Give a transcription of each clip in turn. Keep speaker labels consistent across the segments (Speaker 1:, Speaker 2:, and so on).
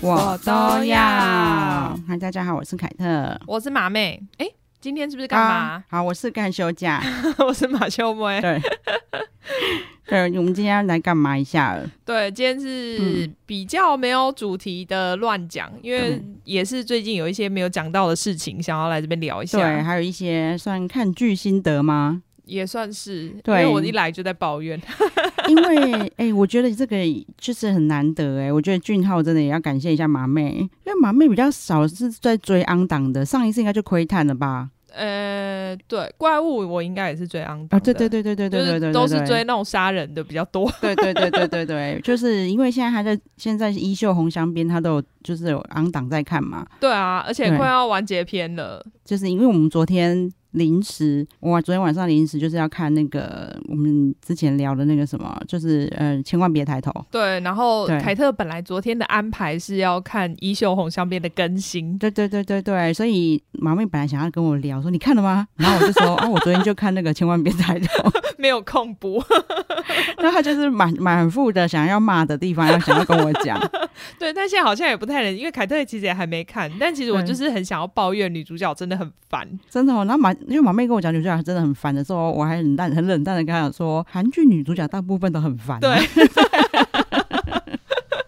Speaker 1: 我都要
Speaker 2: 要。
Speaker 1: 嗨，大家好，我是凯特。
Speaker 2: 我是马妹，哎、今天是不是干嘛
Speaker 1: 啊？？好，我是干休假。
Speaker 2: 我是马秀妹。
Speaker 1: 对，对，我们今天要来干嘛一下了？
Speaker 2: 对，今天是比较没有主题的乱讲，因为
Speaker 1: 嗯
Speaker 2: 也是最近有一些没有讲到的事情，想要来这边聊一
Speaker 1: 对，
Speaker 2: 下，
Speaker 1: 还有一些算看剧心得吗？
Speaker 2: 也算是，因
Speaker 1: 对
Speaker 2: 为我一来就在抱怨。
Speaker 1: 因为哎、我觉得这个就是很难得哎、我觉得俊浩真的也要感谢一下马妹，因为马妹比较少是在追昂档的，上一次应该就窥探了吧？
Speaker 2: 呃，对，怪物我应该也是最肮
Speaker 1: 啊，
Speaker 2: 脏
Speaker 1: 对
Speaker 2: 的
Speaker 1: 对对对对对对对对，
Speaker 2: 就是都是
Speaker 1: 对
Speaker 2: 追那种杀人的比较多。
Speaker 1: 对对对对对对，就是因为现在还在现在衣袖红香边，他都有就是有昂档在看嘛，
Speaker 2: 对啊，而且
Speaker 1: 对
Speaker 2: 快要完结篇了。
Speaker 1: 就是因为我们昨天临时，我昨天晚上临时就是要看那个我们之前聊的那个什么，就是呃，千万别抬头。
Speaker 2: 对，然后
Speaker 1: 对
Speaker 2: 凯特本来昨天的安排是要看《衣袖红香边》的更新，
Speaker 1: 对对对对对，所以马妹本来想要跟我聊说你看了吗？然后我就说 哦，我昨天就看那个千万别抬头。
Speaker 2: 没有空播。
Speaker 1: 那她就是满满腹的想要骂的地方，要想要跟我讲。
Speaker 2: 对，但现在好像也不太能，因为凯特其实也还没看，但其实我就是很想要抱怨女主角真的很烦。
Speaker 1: 真的哦，然后马因为马妹跟我讲女主角真的很烦的时候，我还很淡很冷淡的跟她讲说，韩剧女主角大部分都很烦、啊。
Speaker 2: 对，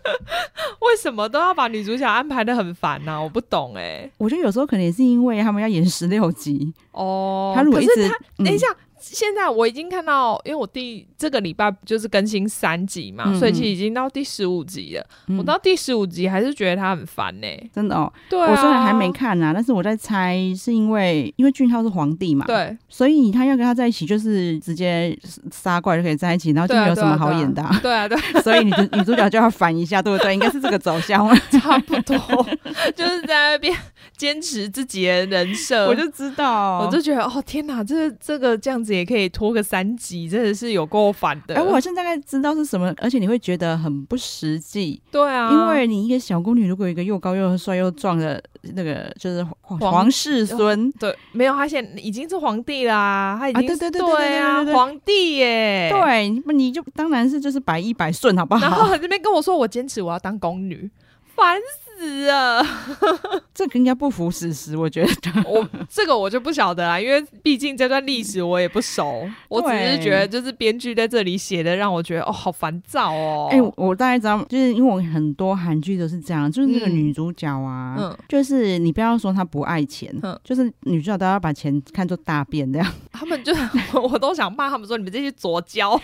Speaker 2: 为什么都要把女主角安排的很烦呢、我不懂哎、
Speaker 1: 我觉得有时候可能也是因为他们要演十六集，
Speaker 2: 哦，
Speaker 1: 她如果
Speaker 2: 可
Speaker 1: 一
Speaker 2: 是
Speaker 1: 直、嗯
Speaker 2: 等一下，现在我已经看到，因为我第这个礼拜就是更新三集嘛，
Speaker 1: 嗯
Speaker 2: 所以其实已经到第十五集了。
Speaker 1: 嗯
Speaker 2: 我到第十五集还是觉得他很烦呢、
Speaker 1: 真的哦，
Speaker 2: 对、啊，
Speaker 1: 我虽然还没。看呐、但是我在猜是因为因为俊浩是皇帝嘛，，
Speaker 2: 对，
Speaker 1: 所以他要跟他在一起就是直接杀怪就可以在一起，然后就
Speaker 2: 对啊
Speaker 1: 没有什么好演的啊、
Speaker 2: 对啊，对，
Speaker 1: 所以女主女主角就要烦一下，对不对？应该是这个走向，
Speaker 2: 差不多， 就是在那边坚持自己的人 设。
Speaker 1: 我就知道，
Speaker 2: 我就觉得，哦天哪，这这个这样子也可以拖个三集，真的是有够烦的。
Speaker 1: 哎、我好像大概知道是什么，而且你会觉得很不实际，
Speaker 2: 对啊，
Speaker 1: 因为你一个小宫女，如果有一个又高又帅又壮的那个，就是皇
Speaker 2: 皇哦
Speaker 1: 皇室孙，
Speaker 2: 对，没有，他现在已经是皇帝啦，他已
Speaker 1: 啊
Speaker 2: 经
Speaker 1: 对对
Speaker 2: 是
Speaker 1: 对对对
Speaker 2: 啊
Speaker 1: 对对，对
Speaker 2: 皇帝耶，
Speaker 1: 对，你不你就当然是就是百依百顺，好不
Speaker 2: 然
Speaker 1: 好？
Speaker 2: 后这边跟我说，我坚持我要当宫女，烦死了！
Speaker 1: 这个应该不符史实，我觉得。
Speaker 2: 我这个我就不晓得啊啦，因为毕竟这段历史我也不熟，我只是觉得就是编剧在这里写的，让我觉得哦，好烦躁哦。
Speaker 1: 哎、我我大概知道，就是因为我很多韩剧都是这样，就是那个
Speaker 2: 嗯
Speaker 1: 女主角啊，
Speaker 2: 嗯
Speaker 1: 就是你不要说她不爱钱，
Speaker 2: 嗯
Speaker 1: 就是女主角都要把钱看作大便这样。
Speaker 2: 他们就 我我都想骂他们说你们这些左交，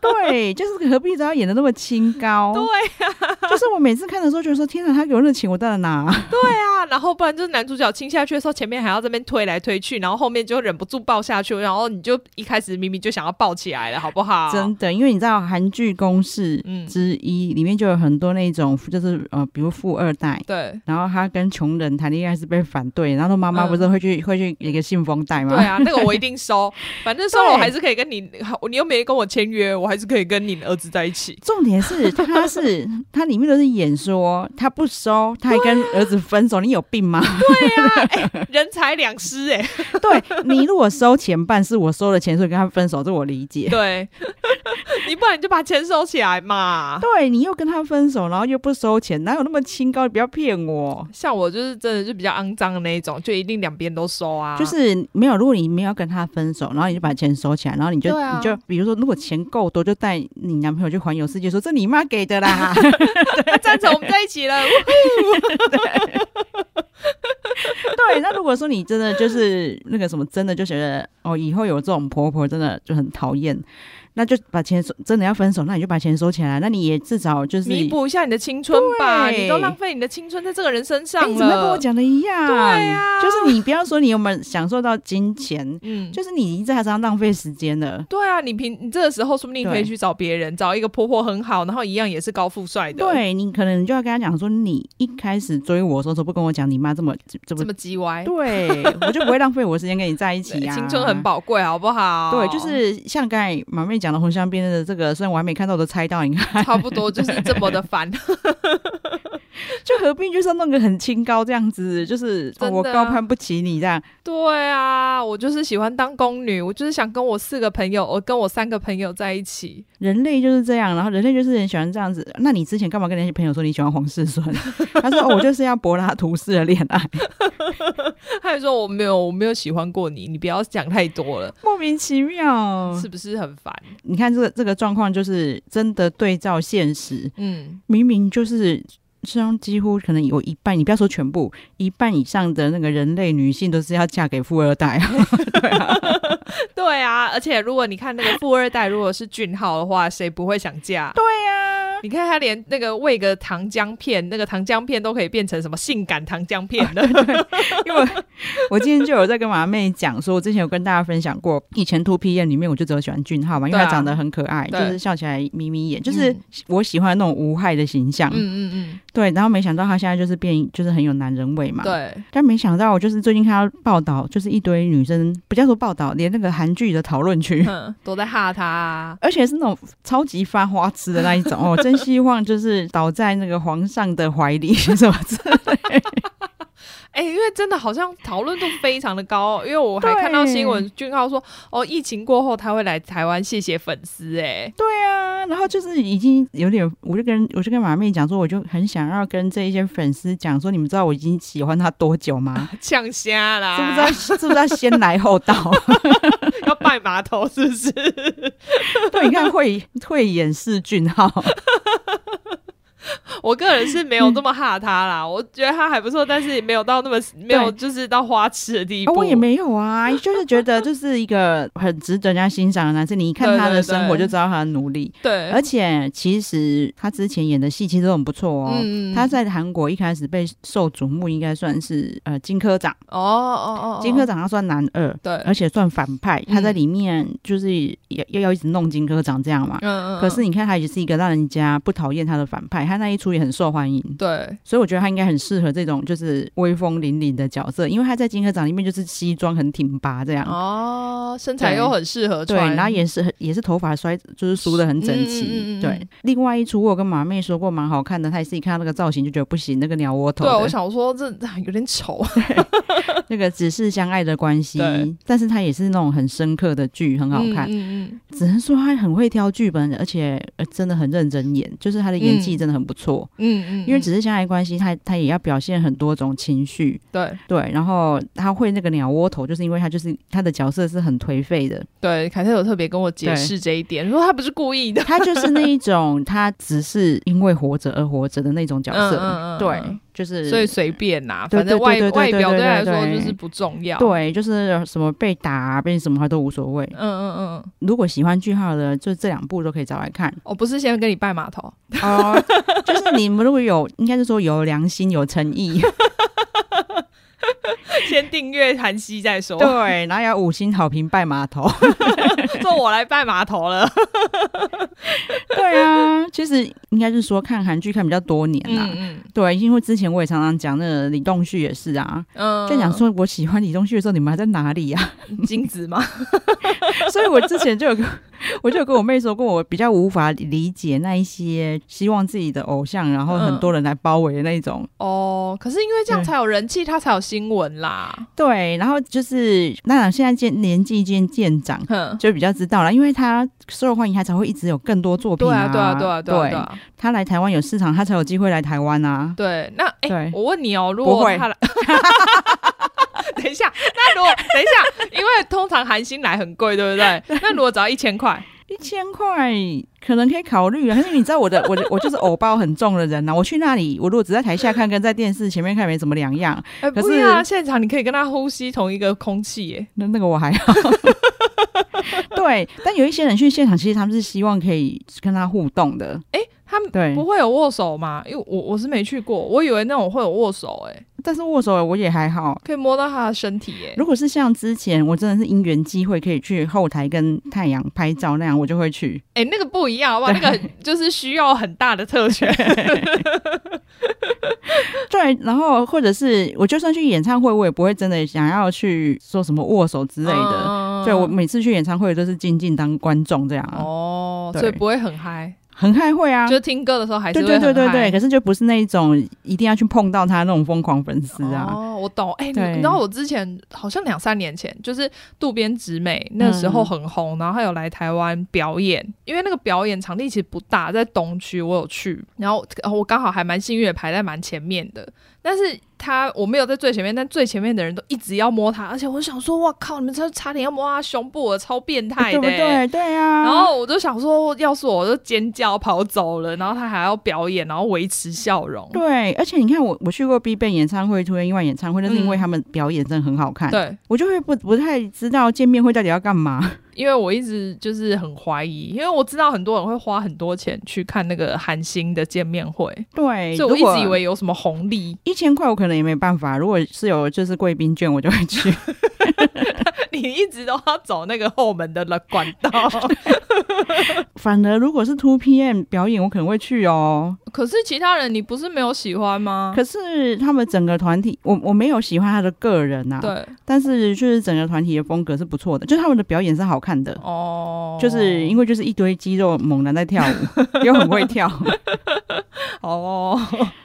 Speaker 1: 对，就是何必都要演的那么清高？对
Speaker 2: 啊
Speaker 1: 呀、就是我每次看的时候，觉得说天哪，她给我那钱，我当然拿。
Speaker 2: 对啊，然后不然就是男主角亲下去的时候，前面还要这边推来推去，然后后面就忍不住抱下去，然后你就一开始明明就想要抱起来了，好不好？
Speaker 1: 真的，因为你知道韩剧公式
Speaker 2: 嗯
Speaker 1: 之一、里面就有很多那种，就是呃，比如富二代。
Speaker 2: 对。
Speaker 1: 然后他跟穷人谈恋爱是被反对，然后妈妈
Speaker 2: 嗯
Speaker 1: 不是会去、会去一个信封袋吗？
Speaker 2: 对啊，那个我一定收，反正收了
Speaker 1: 对
Speaker 2: 我还是可以跟你，你又没跟我签约，我还是可以跟你儿子在一 起。
Speaker 1: 重点 是，他是他里面都是演说，他不收，他还跟儿子分手，你有病 吗？
Speaker 2: 人财两失哎、
Speaker 1: 对你如果收前半是我收了钱，所以跟他分手，这我理解。
Speaker 2: 对，你不然你就把钱收起来嘛。
Speaker 1: 对你又跟他分手，然后又不收钱，哪有那么清高？你不要骗我。
Speaker 2: 像我就是真的就比较肮脏的那一种，就一定两边都收啊。
Speaker 1: 就是没有，如果你没有要跟他分手，然后你就把钱收起来，然后你就、
Speaker 2: 对啊
Speaker 1: 你就比如说，如果钱够多，就带你男朋友去环游世界，说这你妈给的 啦。
Speaker 2: 哎赞成我们在一 起了，
Speaker 1: 对，那如果说你真的就是那个什么，真的就觉得哦，以后有这种婆婆真的就很讨厌，那就把钱收，真的要分手，那你就把钱收起来，那你也至少就是
Speaker 2: 弥补一下你的青春吧，
Speaker 1: 对
Speaker 2: 你都浪费你的青春在这个人身
Speaker 1: 哎
Speaker 2: 上
Speaker 1: 你
Speaker 2: 了。
Speaker 1: 怎么跟我讲的一样？
Speaker 2: 对啊
Speaker 1: 就是你不要说你有没有享受到金钱，
Speaker 2: 嗯，就
Speaker 1: 就是你已经在他身上浪费时间了。
Speaker 2: 对啊，你平你这个时候说不定可以
Speaker 1: 对
Speaker 2: 去找别人，找一个婆婆很好，然后一样也是高富帅的，，
Speaker 1: 对你可能就要跟他讲说，你一开始追我的时候，都不跟我讲你妈这么这
Speaker 2: 这
Speaker 1: 么，
Speaker 2: 么叽歪，
Speaker 1: 对我就不会浪费我的时间跟你在一起
Speaker 2: 哎对
Speaker 1: 啊。
Speaker 2: 青春很宝贵，好不好？
Speaker 1: 对， 就是像刚才马妹讲的红香边的这个，虽然我还没看到，我都猜到。你看，
Speaker 2: 差不多就是这么的烦。
Speaker 1: 就何必就是要弄个很清高这样子，就是、哦
Speaker 2: 真的
Speaker 1: 我高
Speaker 2: 啊
Speaker 1: 攀不起你这样。
Speaker 2: 对啊，我就是喜欢当宫女，我就是想跟我四个朋友，我跟我三个朋友在一起。
Speaker 1: 人类就是这样，然后人类就是很喜欢这样子。那你之前干嘛跟那些朋友说你喜欢黄世孙？ 他说、哦、我就是要柏拉图式的恋爱，
Speaker 2: 他还说我没有，我没有喜欢过你，你不要讲太多了，
Speaker 1: 莫名其妙。
Speaker 2: 是不是很烦？
Speaker 1: 你看这个这个状况，就是真的对照现实，
Speaker 2: 嗯，
Speaker 1: 明明就是。其中几乎可能有一半，你不要说全部，一半以上的那个人类女性都是要嫁给富二代 啊。
Speaker 2: 对啊，而且如果你看那个富二代，如果是俊浩的话，谁不会想嫁？对啊呀、你看他连那个喂个糖浆片，那个糖浆片都可以变成什么性感糖浆片了。
Speaker 1: 因为我我今天就有在跟马妹讲说，我之前有跟大家分享过，以前 Two PM 里面我就只有喜欢俊浩嘛，因为
Speaker 2: 对啊
Speaker 1: 他长得很可爱，就
Speaker 2: 对
Speaker 1: 是笑起来眯眯眼，就是
Speaker 2: 嗯
Speaker 1: 我喜欢那种无害的形象。
Speaker 2: 嗯嗯
Speaker 1: 对，然后没想到他现在就是变，就是很有男人味嘛。
Speaker 2: 嗯，。对，
Speaker 1: 但没想到，我就是最近看到报道，就是一堆女生，不叫做报道，连那个韩剧的讨论区。
Speaker 2: 嗯，都在哈他啊、
Speaker 1: 而且是那种超级发花痴的那一种哦，真希望就是倒在那个皇上的怀里， 什么之
Speaker 2: 哎、因为真的好像讨论度非常的高、哦因为我还
Speaker 1: 对
Speaker 2: 看到新闻，俊浩说哦，疫情过后他会来台湾谢谢粉丝、哎，
Speaker 1: 对啊，然后就是已经有点，我就跟我就跟马妹讲说，我就很想要跟这一些粉丝讲说，你们知道我已经喜欢他多久吗？
Speaker 2: 呛瞎啦，
Speaker 1: 是不是要是不是要先来后 到？
Speaker 2: 要拜码头？是 不是？
Speaker 1: 对，你看慧慧眼识俊浩，
Speaker 2: 我个人是没有这
Speaker 1: 嗯
Speaker 2: 么哈他啦，我觉得他还不错，但是也没有到那么没有就是到花痴的地
Speaker 1: 啊
Speaker 2: 步。
Speaker 1: 我也没有啊，就是觉得就是一个很值得人家欣赏的男生，你一看他的生活
Speaker 2: 对对对哎
Speaker 1: 就知道他的努力，
Speaker 2: 对，
Speaker 1: 而且其实他之前演的戏其实都很不错哦。
Speaker 2: 嗯
Speaker 1: 他在韩国一开始被受瞩目，应该算是呃金科长，
Speaker 2: 哦哦哦，
Speaker 1: 金科长他算男二，
Speaker 2: 对，
Speaker 1: 而且算反派，
Speaker 2: 嗯
Speaker 1: 他在里面就是要要要一直弄金科长这样嘛。
Speaker 2: 嗯嗯，
Speaker 1: 可是你看，他也是一个让人家不讨厌他的反派，他那一出也很受欢迎，
Speaker 2: 对
Speaker 1: 所以我觉得他应该很适合这种就是威风凛凛的角色，因为他在金科长里面就是西装很挺拔这样，
Speaker 2: 哦，身材又很适合
Speaker 1: 对，
Speaker 2: 穿，
Speaker 1: 然后也是很也是头发梳就是梳的很整齐，
Speaker 2: 嗯嗯嗯嗯
Speaker 1: 对。另外一出我有跟马妹说过蛮好看的，她也是一看到那个造型就觉得不行，那个鸟窝头
Speaker 2: 对，我
Speaker 1: 的，
Speaker 2: 想说这这有点丑，
Speaker 1: 那个只是相爱的关系
Speaker 2: 对，
Speaker 1: 但是她也是那种很深刻的剧，很好看。
Speaker 2: 嗯嗯
Speaker 1: 只能说他很会挑剧本，而且、呃、真的很认真演，就是他的演技
Speaker 2: 嗯
Speaker 1: 真的很不错。
Speaker 2: 嗯嗯，
Speaker 1: 因为只是相爱关系，他他也要表现很多种情绪，
Speaker 2: 对
Speaker 1: 对。然后他会那个鸟窝头，就是因为他就是他的角色是很颓废 的，
Speaker 2: 对，凯特有特别跟我解释这一点，说他不是故意的
Speaker 1: 他就是那一种他只是因为活着而活着的那种角色，
Speaker 2: 嗯嗯嗯
Speaker 1: 对，就是
Speaker 2: 所以随便啦，
Speaker 1: 对
Speaker 2: 反正外
Speaker 1: 对对对
Speaker 2: 外表
Speaker 1: 对
Speaker 2: 对
Speaker 1: 对
Speaker 2: 他来
Speaker 1: 对
Speaker 2: 说就是不重要。
Speaker 1: 对，就是什么被打、被什么他都无所谓。
Speaker 2: 嗯嗯嗯嗯，
Speaker 1: 如果喜欢句号的，就这两部都可以找来 看。
Speaker 2: 我不是先跟你拜码头，
Speaker 1: 哦，就是你们如果有，应该是说有良心、有诚意，
Speaker 2: 先订阅韩熙再说。
Speaker 1: 对，然后要五星好评拜码 头。
Speaker 2: 说我来拜码头了。
Speaker 1: 对啊，其实应该是说看韩剧看比较多年啦、
Speaker 2: 嗯
Speaker 1: 对，因为之前我也常常讲，那个李栋旭也是啊，
Speaker 2: 嗯
Speaker 1: 就讲说我喜欢李栋旭的时候，你们还在哪里啊？
Speaker 2: 金子吗？
Speaker 1: 所以我之前就有跟 我就有跟我妹说过，我比较无法理解那一些希望自己的偶像，然后很多人来包围的那种。
Speaker 2: 哦，可是因为这样
Speaker 1: 对
Speaker 2: 才有人气，他才有新闻啦。
Speaker 1: 对，然后就是那现在渐年纪渐渐长。
Speaker 2: 哼，
Speaker 1: 就比较知道了，因为他受欢迎，他才会一直有更多作品
Speaker 2: 对啊，对啊，对啊，对啊，对
Speaker 1: 对
Speaker 2: 啊，
Speaker 1: 他来台湾有市场，他才有机会来台湾啊。
Speaker 2: 对。那哎
Speaker 1: 对，
Speaker 2: 我问你哦，如果
Speaker 1: 不会
Speaker 2: 他来。等一下，那如果等一下， 因为通常韩星来很贵，对 不对？那如果只要一千块，
Speaker 1: 一千块可能可以考虑啊，因为你知道我的 我的我就是偶包很重的人呐、啊我去那里，我如果只在台下看跟在电视前面看没什么两样，
Speaker 2: 哎，
Speaker 1: 可
Speaker 2: 不
Speaker 1: 是
Speaker 2: 是啊，现场你可以跟他呼吸同一个空气，耶。
Speaker 1: 那那个我还好。 对，但有一些人去现场，其实他们是希望可以跟他互动的。
Speaker 2: 他们
Speaker 1: 对
Speaker 2: 不，会有握手吗？因为我我是没去过，我以为那种会有握手，哎，
Speaker 1: 但是握手我也还好。
Speaker 2: 可以摸到他的身体，哎，
Speaker 1: 如果是像之前我真的是因缘机会可以去后台跟太阳拍照那样，我就会去。
Speaker 2: 哎、那个不一样，好不好？那个很就是需要很大的特权。
Speaker 1: 对，然后或者是我就算去演唱会，我也不会真的想要去说什么握手 之类的。
Speaker 2: 嗯
Speaker 1: 对我每次去演唱会都是静静当观众这样啊。
Speaker 2: 哦，
Speaker 1: 对
Speaker 2: 所以不会很嗨。
Speaker 1: 很嗨会啊，
Speaker 2: 就是听歌的时候还是
Speaker 1: 对
Speaker 2: 会
Speaker 1: 对对
Speaker 2: 很
Speaker 1: 对
Speaker 2: 嗨
Speaker 1: 对，可是就不是那一种一定要去碰到他那种疯狂粉丝啊。
Speaker 2: 哦，我懂。哎、你
Speaker 1: 对
Speaker 2: 你知道我之前好像两三年前，就是渡边直美那时
Speaker 1: 嗯
Speaker 2: 候很红，然后她有来台湾表演，因为那个表演场地其实不大，在东区，我有去，然后呃我刚好还蛮幸运的排在蛮前面的，但是。他我没有在最前面，但最前面的人都一直要摸他，而且我想说，哇靠，你们差差点要摸他胸部了，超变态
Speaker 1: 哎对
Speaker 2: 的、欸
Speaker 1: 不对？对啊。
Speaker 2: 然后我就想说，要是我就尖叫跑走了，然后他还要表演，然后维持笑容。
Speaker 1: 对，而且你看我，我去过 B 站演唱会、突然意外演唱会，那是因为
Speaker 2: 嗯
Speaker 1: 他们表演真的很好看，
Speaker 2: 对，
Speaker 1: 我就会不不太知道见面会到底要干嘛。
Speaker 2: 因为我一直就是很怀疑，因为我知道很多人会花很多钱去看那个韩星的见面会，
Speaker 1: 对，
Speaker 2: 所以我
Speaker 1: 如果
Speaker 2: 一直以为有什么红 利。
Speaker 1: 一千块我可能也没办法，如果是有就是贵宾券，我就会去。
Speaker 2: 你一直都要走那个后门的了管道，
Speaker 1: 反而如果是 Two PM 表演，我可能会去哦。
Speaker 2: 可是其他人你不是没有喜欢吗？
Speaker 1: 可是他们整个团体，我我没有喜欢他的个人呐、啊，，
Speaker 2: 对，
Speaker 1: 但是就是整个团体的风格是不错的，就是他们的表演是好看的。
Speaker 2: 哦，
Speaker 1: 就是因为就是一堆肌肉猛男在跳 舞，又很会跳，
Speaker 2: 哦，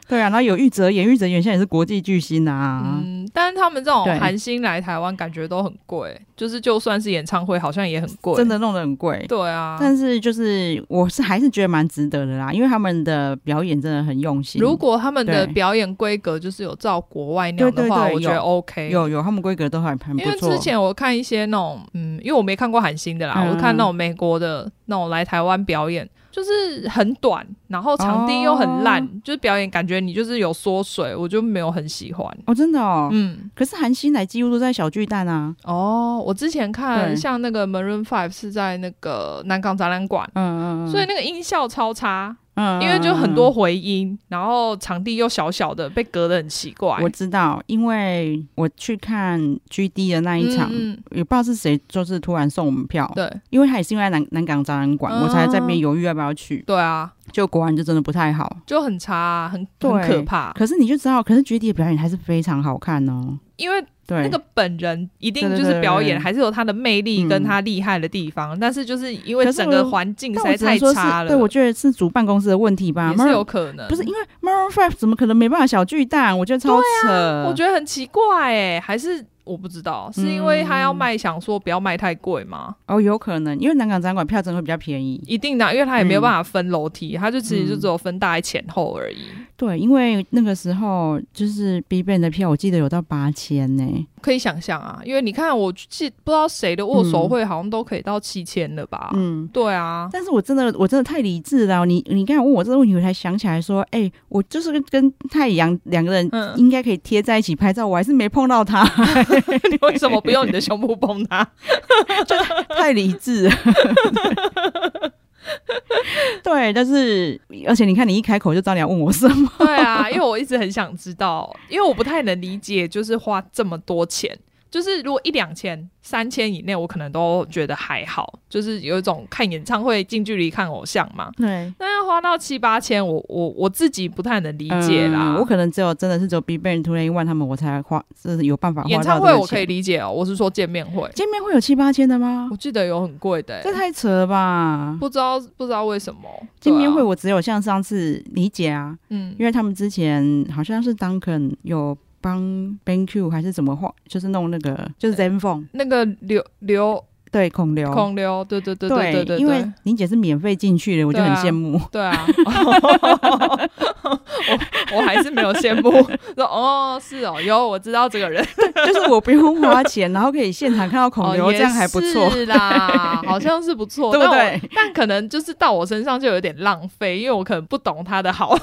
Speaker 1: 对啊，然后有玉泽演，玉泽演现在也是国际巨星啊，
Speaker 2: 嗯，但是他们这种
Speaker 1: 对
Speaker 2: 韩星来台湾，感觉都很贵，就是就算是演唱会，好像也很贵，
Speaker 1: 真，的弄得很贵。
Speaker 2: 对啊。
Speaker 1: 但是就是我是还是觉得蛮值得的啦，因为他们的表演真的很用心。
Speaker 2: 如果他们的
Speaker 1: 对
Speaker 2: 表演规格就是有照国外那样的话，
Speaker 1: 对对对
Speaker 2: 我觉得
Speaker 1: 有
Speaker 2: OK。
Speaker 1: 有有他们规格都还蛮嗯
Speaker 2: 因
Speaker 1: 不
Speaker 2: 为
Speaker 1: 错
Speaker 2: 之。前我看一些那种，嗯，因为我没看过韩星的啦，
Speaker 1: 嗯
Speaker 2: 我看那种美国的那种来台湾表演，就是很短，然后场地又很烂，
Speaker 1: 哦
Speaker 2: 就是表演感觉你就是有缩水，我就没有很喜欢。
Speaker 1: 哦，真的哦。
Speaker 2: 嗯，
Speaker 1: 可是韩星来几乎都在小巨蛋啊，
Speaker 2: 哦，我之前看
Speaker 1: 对
Speaker 2: 像那个 Maroon Five 是在那个南港展览馆，
Speaker 1: 嗯嗯嗯，
Speaker 2: 所以那个音效超差，
Speaker 1: 嗯，嗯
Speaker 2: 因为就很多。回音，然后场地又小小的，被隔得很奇怪。
Speaker 1: 我知道，因为我去看 GD 的那一场，
Speaker 2: 嗯嗯
Speaker 1: 也不知道是谁，就是突然送我们票，
Speaker 2: 对
Speaker 1: 因为他也是因为在南南港展览馆，
Speaker 2: 嗯
Speaker 1: 我才在那边犹豫要不要去，
Speaker 2: 对啊，
Speaker 1: 就果然就真的不太好。
Speaker 2: 就很差啊，很
Speaker 1: 对
Speaker 2: 很可怕，
Speaker 1: 可是你就知道，可是 GD 的表演还是非常好看哦。
Speaker 2: 因为
Speaker 1: 对，
Speaker 2: 那个本人一定
Speaker 1: 对
Speaker 2: 就
Speaker 1: 对
Speaker 2: 是表
Speaker 1: 对对
Speaker 2: 演，
Speaker 1: 对
Speaker 2: 还是有他的魅力跟他厉害的地方，但是就是因为
Speaker 1: 可是
Speaker 2: 整个
Speaker 1: 我
Speaker 2: 环境实
Speaker 1: 但我
Speaker 2: 在
Speaker 1: 只能
Speaker 2: 太
Speaker 1: 说是
Speaker 2: 差了，
Speaker 1: 对我觉得是主办公司的问题吧。
Speaker 2: 也是
Speaker 1: Maroon-
Speaker 2: 有可能，
Speaker 1: 不是因为 Maroon Five 怎么可能没办法小巨蛋？我觉得超扯。
Speaker 2: 啊我觉得很奇怪哎、还是我不知道，
Speaker 1: 嗯
Speaker 2: 是因为他要卖，想说不要卖太贵吗？
Speaker 1: 哦，有可能，因为南港展馆票真的会比较便宜。
Speaker 2: 一定的啊，因为他也没有
Speaker 1: 嗯
Speaker 2: 办法分楼梯，他就其实就
Speaker 1: 嗯
Speaker 2: 只有分大概前后而已。
Speaker 1: 对，因为那个时候就是 B Ban 的票，我记得有到八千呢。
Speaker 2: 可以想象啊，因为你看，我记不知道谁的握手会好像都可以到七千了吧？
Speaker 1: 嗯，
Speaker 2: 对啊，
Speaker 1: 但是我真的我真的太理智了哦。你你刚才问我这个问题，我才想起来说，哎、我就是跟跟太阳两个人
Speaker 2: 嗯
Speaker 1: 应该可以贴在一起拍照，我还是没碰到他，
Speaker 2: 你为什么不用你的胸部碰他？
Speaker 1: 太理智了。 对，但是而且你看，你一开口就知道你要问我什 么。
Speaker 2: 对啊，因为我一直很想知道，因为我不太能理解，就是花这么多钱，就是如果一两千、三千以内，我可能都觉得还好，就是有一种看演唱会近距离看偶像嘛。
Speaker 1: 对，
Speaker 2: 那要花到七八千，我我我自己不太能理解啦。
Speaker 1: 嗯我可能只有真的是只有 BigBang、t w o a 他们，我才花，就是有办法花
Speaker 2: 演
Speaker 1: 到这
Speaker 2: 唱
Speaker 1: 个
Speaker 2: 会我可
Speaker 1: 钱
Speaker 2: 以理解哦，我是说见面会，
Speaker 1: 见面会有七八千的吗
Speaker 2: 我？记得有很贵的欸、
Speaker 1: 这太扯了吧！
Speaker 2: 不知道不知道为什么
Speaker 1: 见面会
Speaker 2: 对啊
Speaker 1: 我只有像上次理解啊，
Speaker 2: 嗯
Speaker 1: 因为他们之前好像是 Duncan 有帮 BenQ 还是怎么画，就是弄那个就是 Zen Phone
Speaker 2: 那个流流
Speaker 1: 对孔刘。
Speaker 2: 孔流，对对对对对对，
Speaker 1: 因为林姐是免费进去的，我就
Speaker 2: 对
Speaker 1: 很
Speaker 2: 啊
Speaker 1: 羡慕。
Speaker 2: 对啊，我我还是没有羡慕，说哦是哦，有我知道这个人，
Speaker 1: 就是我不用花 钱，然后可以现场看到孔刘，
Speaker 2: 哦、
Speaker 1: 这样还不错
Speaker 2: 也。是啦，好像是不 错，
Speaker 1: 对不
Speaker 2: 但我？但可能就是到我身上就有点浪费，因为我可能不懂他的好，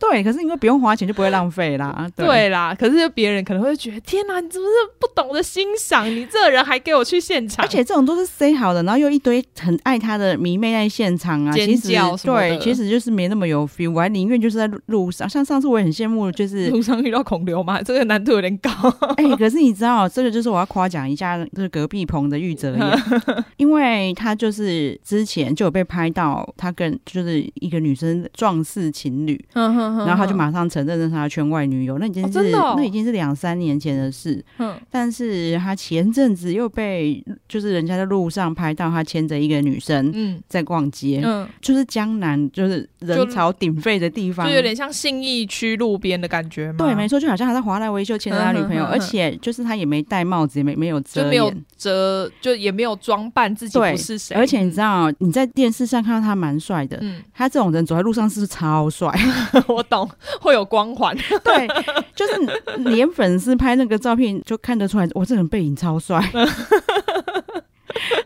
Speaker 1: 对，可是因为不用花钱就不会浪费啦。
Speaker 2: 对
Speaker 1: 对，
Speaker 2: 啦，可是别人可能会觉得天哪，你怎么是不懂得欣赏？你这人还给我去现场，
Speaker 1: 而且这种都是 say 好的，然后又一堆很爱他的迷妹在现场啊，
Speaker 2: 尖
Speaker 1: 其实
Speaker 2: 叫什么的
Speaker 1: 对，其实就是没那么有 feel。我还宁愿就是在路路上，啊像上次我也很羡慕， 就是
Speaker 2: 路上遇到孔流嘛，这个难度有点高，
Speaker 1: 哎、可是你知道，这个就是我要夸奖一下，就是隔壁棚的玉泽 演，因为他就是之前就有被拍到他跟就是一个女生壮士情侣，然
Speaker 2: 然
Speaker 1: 后他就，马上承认那是他的圈外女友，那已经
Speaker 2: 嗯哦
Speaker 1: 是、
Speaker 2: 真的哦
Speaker 1: 那已经是两三年前的事。
Speaker 2: 嗯
Speaker 1: 但是他前阵子又被就是人家在路上拍到他牵着一个女生
Speaker 2: 嗯
Speaker 1: 在逛街，
Speaker 2: 嗯，
Speaker 1: 就是江南就是人潮鼎沸的地方
Speaker 2: 就。有点像信义区路边的感觉嘛。
Speaker 1: 对，没错，就好像他在华莱维秀牵着他女朋友，
Speaker 2: 嗯哼哼哼
Speaker 1: 而且就是他也没戴帽子，也没没有
Speaker 2: 就
Speaker 1: 遮
Speaker 2: 没有
Speaker 1: 掩，
Speaker 2: 遮，就也没有装扮自己
Speaker 1: 对
Speaker 2: 不是谁。
Speaker 1: 而且你知道，你在电视上看到他蛮帅的，
Speaker 2: 嗯，
Speaker 1: 他这种人走在路上是超帅，
Speaker 2: 我懂，会有光环。
Speaker 1: 对，就是连粉丝拍那个照片就看得出来，我这人背影超帅。
Speaker 2: 嗯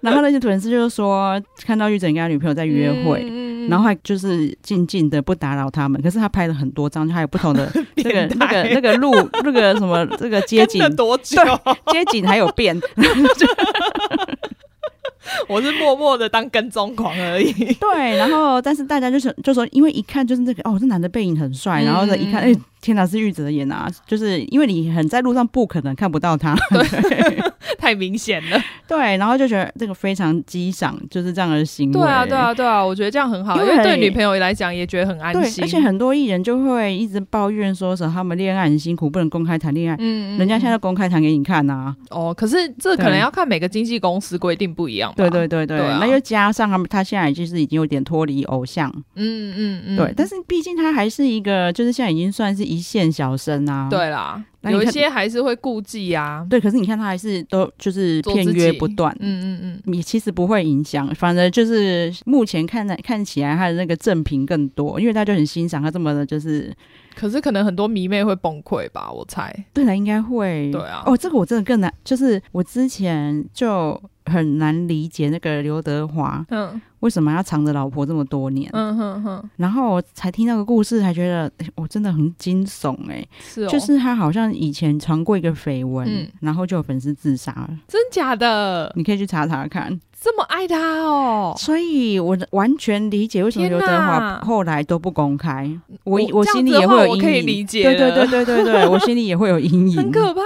Speaker 1: 然后那些粉丝就说，看到玉珍跟他女朋友在 约会，
Speaker 2: 嗯
Speaker 1: 然后还就是静静的不打扰他们。可是他拍了很多张，还有不同的那个
Speaker 2: 变
Speaker 1: 那
Speaker 2: 态
Speaker 1: 个 那个 路那个什么这个街景
Speaker 2: 跟了多久？
Speaker 1: 街景还有变，
Speaker 2: 我是默默的当跟踪狂而 已。
Speaker 1: 对。然后但是大家就是就说，因为一看就是那个哦，这男的背影很帅，然后呢一看，哎、
Speaker 2: 嗯
Speaker 1: 天哪，是玉泽演啊！就是因为你很在路上不可能看不到 他。
Speaker 2: 太明显了。
Speaker 1: 对，然后就觉得这个非常激赏，就是这样的行为。
Speaker 2: 对啊，对，啊，对啊，我觉得这样很好，
Speaker 1: 因
Speaker 2: 因
Speaker 1: 为
Speaker 2: 为对女朋友来讲也觉得很安
Speaker 1: 对，
Speaker 2: 心。
Speaker 1: 而且很多艺人就会一直抱怨说什么他们恋爱很辛苦，不能公开谈恋爱。
Speaker 2: 嗯，嗯
Speaker 1: 人家现在
Speaker 2: 嗯
Speaker 1: 都公开谈给你看啊，
Speaker 2: 哦，可是这可能
Speaker 1: 对
Speaker 2: 要看每个经纪公司规定不一样吧。
Speaker 1: 对对对对，
Speaker 2: 对啊
Speaker 1: 那又加上他们，他现在就是已经有点脱离偶像，
Speaker 2: 嗯，嗯嗯嗯，
Speaker 1: 对，但是毕竟他还是一个，就是现在已经算是一线小生啊，
Speaker 2: 对啦，
Speaker 1: 那你
Speaker 2: 有
Speaker 1: 看
Speaker 2: 一些还是会顾忌啊。
Speaker 1: 对，可是你看他还是都就是
Speaker 2: 做
Speaker 1: 片
Speaker 2: 自己
Speaker 1: 约不断，
Speaker 2: 嗯嗯嗯，
Speaker 1: 也其实不会影响，反正就是目前看来看起来他的那个正评更多，因为大家就很欣赏他这么的，就是
Speaker 2: 可是可能很多迷妹会崩溃吧，我猜。
Speaker 1: 对了，应该会。
Speaker 2: 对啊
Speaker 1: 哦，这个我真的更难，就是我之前就很难理解那个刘德华
Speaker 2: 嗯
Speaker 1: 为什么要藏着老婆这么多年，
Speaker 2: 嗯哼哼，
Speaker 1: 然后我才听到个故事，才觉得哎我、真的很惊悚哎、
Speaker 2: 是哦，
Speaker 1: 就是他好像以前传过一个绯闻，
Speaker 2: 嗯
Speaker 1: 然后就有粉丝自杀了，
Speaker 2: 真假的，
Speaker 1: 你可以去查查看。
Speaker 2: 这么爱他哦。
Speaker 1: 所以我完全理解为什么刘德
Speaker 2: 天
Speaker 1: 华
Speaker 2: 哪
Speaker 1: 后来都不公开，我
Speaker 2: 我
Speaker 1: 我
Speaker 2: 这样
Speaker 1: 心里
Speaker 2: 子的
Speaker 1: 也
Speaker 2: 话
Speaker 1: 会有阴
Speaker 2: 我
Speaker 1: 影，
Speaker 2: 可以理解
Speaker 1: 对对对
Speaker 2: 了
Speaker 1: 对对对，我心里也会有阴影，
Speaker 2: 很可怕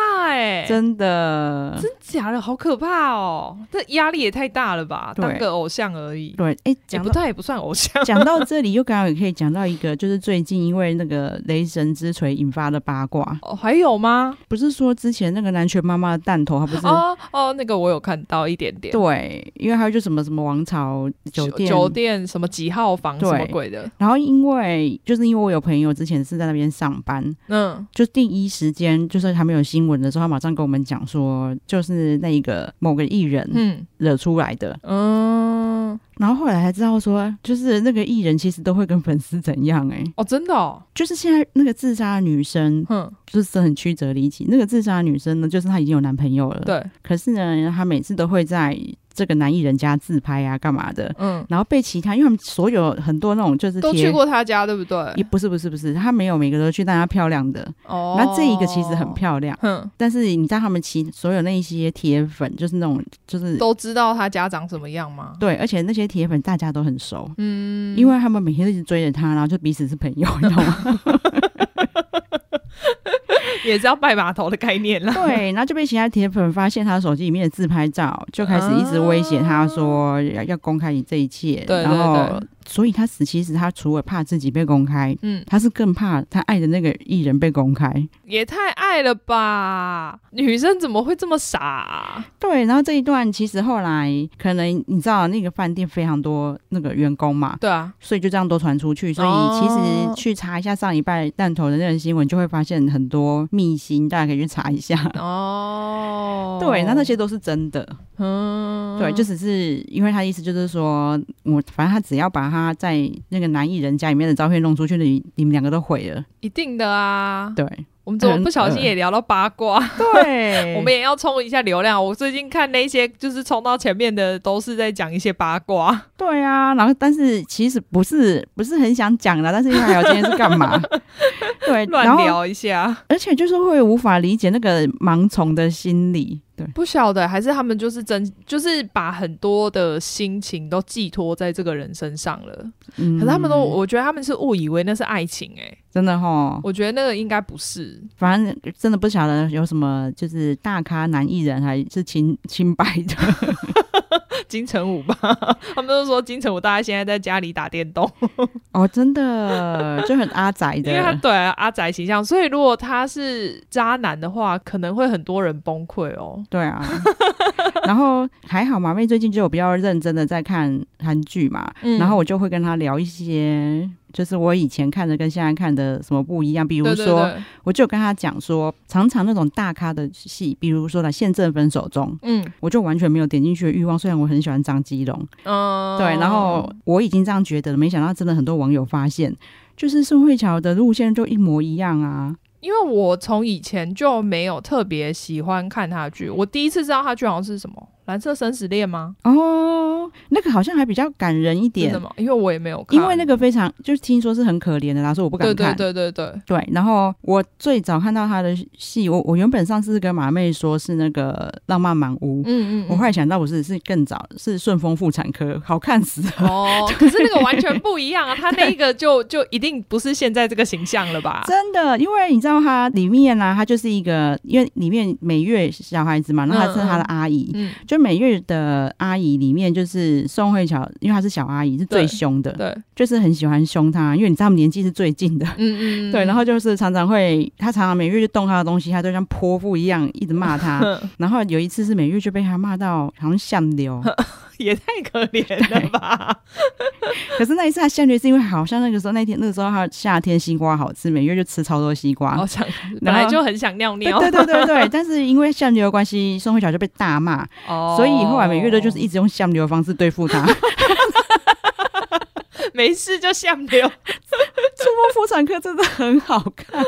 Speaker 2: 哎、
Speaker 1: 真的。
Speaker 2: 真假的，好可怕哦！这压力也太大了吧？
Speaker 1: 对
Speaker 2: 当个偶像而已，
Speaker 1: 对，哎，
Speaker 2: 也
Speaker 1: 讲
Speaker 2: 不
Speaker 1: 到。
Speaker 2: 太也不算偶像
Speaker 1: 讲到这里，又刚好也可以讲到一个，就是最近因为那个雷神之锤引发的八卦，
Speaker 2: 哦，还有吗？
Speaker 1: 不是说之前那个南拳妈妈的弹头，她不是、
Speaker 2: 哦哦，那个我有看到一点点。
Speaker 1: 对，因为还有就什么什么王朝酒店，
Speaker 2: 酒店什么几号房
Speaker 1: 对
Speaker 2: 什么鬼的，
Speaker 1: 然后因为就是因为我有朋友之前是在那边上班，
Speaker 2: 嗯
Speaker 1: 就第一时间就是还没有新闻的时候，他马上跟我们讲说，就是那一个某个艺人
Speaker 2: 嗯
Speaker 1: 惹出来的，
Speaker 2: 嗯，
Speaker 1: 然后后来才知道说，就是那个艺人其实都会跟粉丝怎样、欸，
Speaker 2: 哦，真的哦，
Speaker 1: 就是现在那个自杀的女生，
Speaker 2: 哼，
Speaker 1: 就是真的很曲折离奇。那个自杀的女生呢，就是她已经有男朋友了，。
Speaker 2: 对，
Speaker 1: 可是呢，她每次都会在这个男艺人家自拍啊，干嘛的，
Speaker 2: 嗯，
Speaker 1: 然后被其他，因为他们所有很多那种就是
Speaker 2: 都
Speaker 1: 贴
Speaker 2: 去。过他家，对不对？
Speaker 1: 也不是不是不是，她没有每个都去，但她漂亮的。
Speaker 2: 哦，
Speaker 1: 那、这一个其实很漂亮，
Speaker 2: 哼，
Speaker 1: 但是你知道他们其所有那一些铁粉，就是那种就是
Speaker 2: 都知道他家长什么样吗？
Speaker 1: 对，而且那些铁粉大家都很熟，
Speaker 2: 嗯，
Speaker 1: 因为他们每天都一直追着他，然后就彼此是朋友，你知道吗？
Speaker 2: 也是要拜码头的概念啦。
Speaker 1: 对，然后就被其他铁粉发现他手机里面的自拍照，就开始一直威胁他说要要公开你这一切。
Speaker 2: 啊对对
Speaker 1: 然后
Speaker 2: 对，
Speaker 1: 所以他死其实他除了怕自己被公开，
Speaker 2: 嗯，
Speaker 1: 他是更怕他爱的那个艺人被公开。
Speaker 2: 也太爱了吧！女生怎么会这么傻啊、
Speaker 1: 对，然后这一段其实后来可能你知道那个饭店非常多那个员工嘛，
Speaker 2: 对啊，
Speaker 1: 所以就这样都传出去。所以其
Speaker 2: 哦
Speaker 1: 实去查一下上一拜弹头的那个新闻，就会发现很多秘辛，大家可以去查一下。
Speaker 2: 哦，
Speaker 1: 对，那那些都是真的。
Speaker 2: 嗯，
Speaker 1: 对，就只是因为他意思就是说，我反正他只要把他在那个男艺人家里面的照片弄出去，你你们两个都毁了。
Speaker 2: 一定的啊。
Speaker 1: 对
Speaker 2: 我们怎么不小心也聊到八卦？
Speaker 1: 对
Speaker 2: 我们也要冲一下流量。我最近看那些就是冲到前面的，都是在讲一些八卦。
Speaker 1: 对啊，然后但是其实不是不是很想讲啦，但是因为还有今天是干 嘛？对，哎然
Speaker 2: 乱
Speaker 1: 后
Speaker 2: 聊一下，
Speaker 1: 而且就是会无法理解那个盲从的心理。对
Speaker 2: 不晓得还是他们就是真，就是把很多的心情都寄托在这个人身上了。
Speaker 1: 嗯
Speaker 2: 可是他们都，我觉得他们是误以为那是爱情、欸，
Speaker 1: 真的哈，
Speaker 2: 我觉得那个应该不是，
Speaker 1: 反正真的不晓得有什么就是大咖男艺人还是清清白的。
Speaker 2: 金城武吧？ 他们都说金城武大概现在在家里打电动，
Speaker 1: 哦，真的就很阿宅的，
Speaker 2: 因为他对啊阿宅形象，所以如果他是渣男的话，可能会很多人崩溃哦。
Speaker 1: 对啊， 然后还好马妹最近就有比较认真的在看韩剧嘛，
Speaker 2: 嗯
Speaker 1: 然后我就会跟她聊一些，就是我以前看的跟现在看的什么不一样。比如
Speaker 2: 对
Speaker 1: 说，
Speaker 2: 对对，
Speaker 1: 我就有跟她讲说，常常那种大咖的戏，比如说啦《宪政分手中》，
Speaker 2: 嗯
Speaker 1: 我就完全没有点进去的欲望。虽然我很喜欢张基龙，
Speaker 2: 嗯，
Speaker 1: 对，然后我已经这样觉得了，没想到真的很多网友发现，就是宋慧乔的路线就一模一样啊。
Speaker 2: 因为我从以前就没有特别喜欢看他的剧，我第一次知道他剧好像是什么《蓝色生死恋》吗？
Speaker 1: 哦，那个好像还比较感人一
Speaker 2: 是
Speaker 1: 点
Speaker 2: 什，么？因为我也没有看，
Speaker 1: 因为那个非常就是听说是很可怜的啦，所以我不敢
Speaker 2: 对
Speaker 1: 看。
Speaker 2: 对对对对，
Speaker 1: 对然后我最早看到他的戏，我我原本上次跟马妹说是那个《浪漫满屋》
Speaker 2: 嗯嗯，
Speaker 1: 我后来想到不是，是更早是《顺丰妇产科》，好看死了。
Speaker 2: 哦，可是那个完全不一样啊，他那个就就一定不是现在这个形象了吧？
Speaker 1: 真的，因为你知道它里面呢、啊，它就是一个，因为里面每月小孩子嘛，然后她是她的阿姨，
Speaker 2: 嗯，
Speaker 1: 就每月的阿姨里面，就是宋慧乔，因为她是小阿姨，是最
Speaker 2: 对
Speaker 1: 凶的，
Speaker 2: 对，
Speaker 1: 就是很喜欢凶她，因为你知道他们年纪是最近的。
Speaker 2: 嗯嗯，
Speaker 1: 对，然后就是常常会，她常常每月就动她的东西，她就像泼妇一样一直骂 她。
Speaker 2: 哼
Speaker 1: 然后有一次是每月就被她骂到好像像 流，
Speaker 2: 也太可怜了 吧？
Speaker 1: 可是那一次她像流是因为好像那个时候那天那个时候她夏天西瓜好吃，每月就吃超多西瓜。
Speaker 2: 好想，本来就很想尿
Speaker 1: 对
Speaker 2: 尿，
Speaker 1: 对对对对，但是因为像流的关系，宋慧乔就被大骂，
Speaker 2: 哦，
Speaker 1: 所以后来每月都就是一直用像流的方式对 付她。
Speaker 2: 没事就下 流，
Speaker 1: 触摸妇产科真的很好看。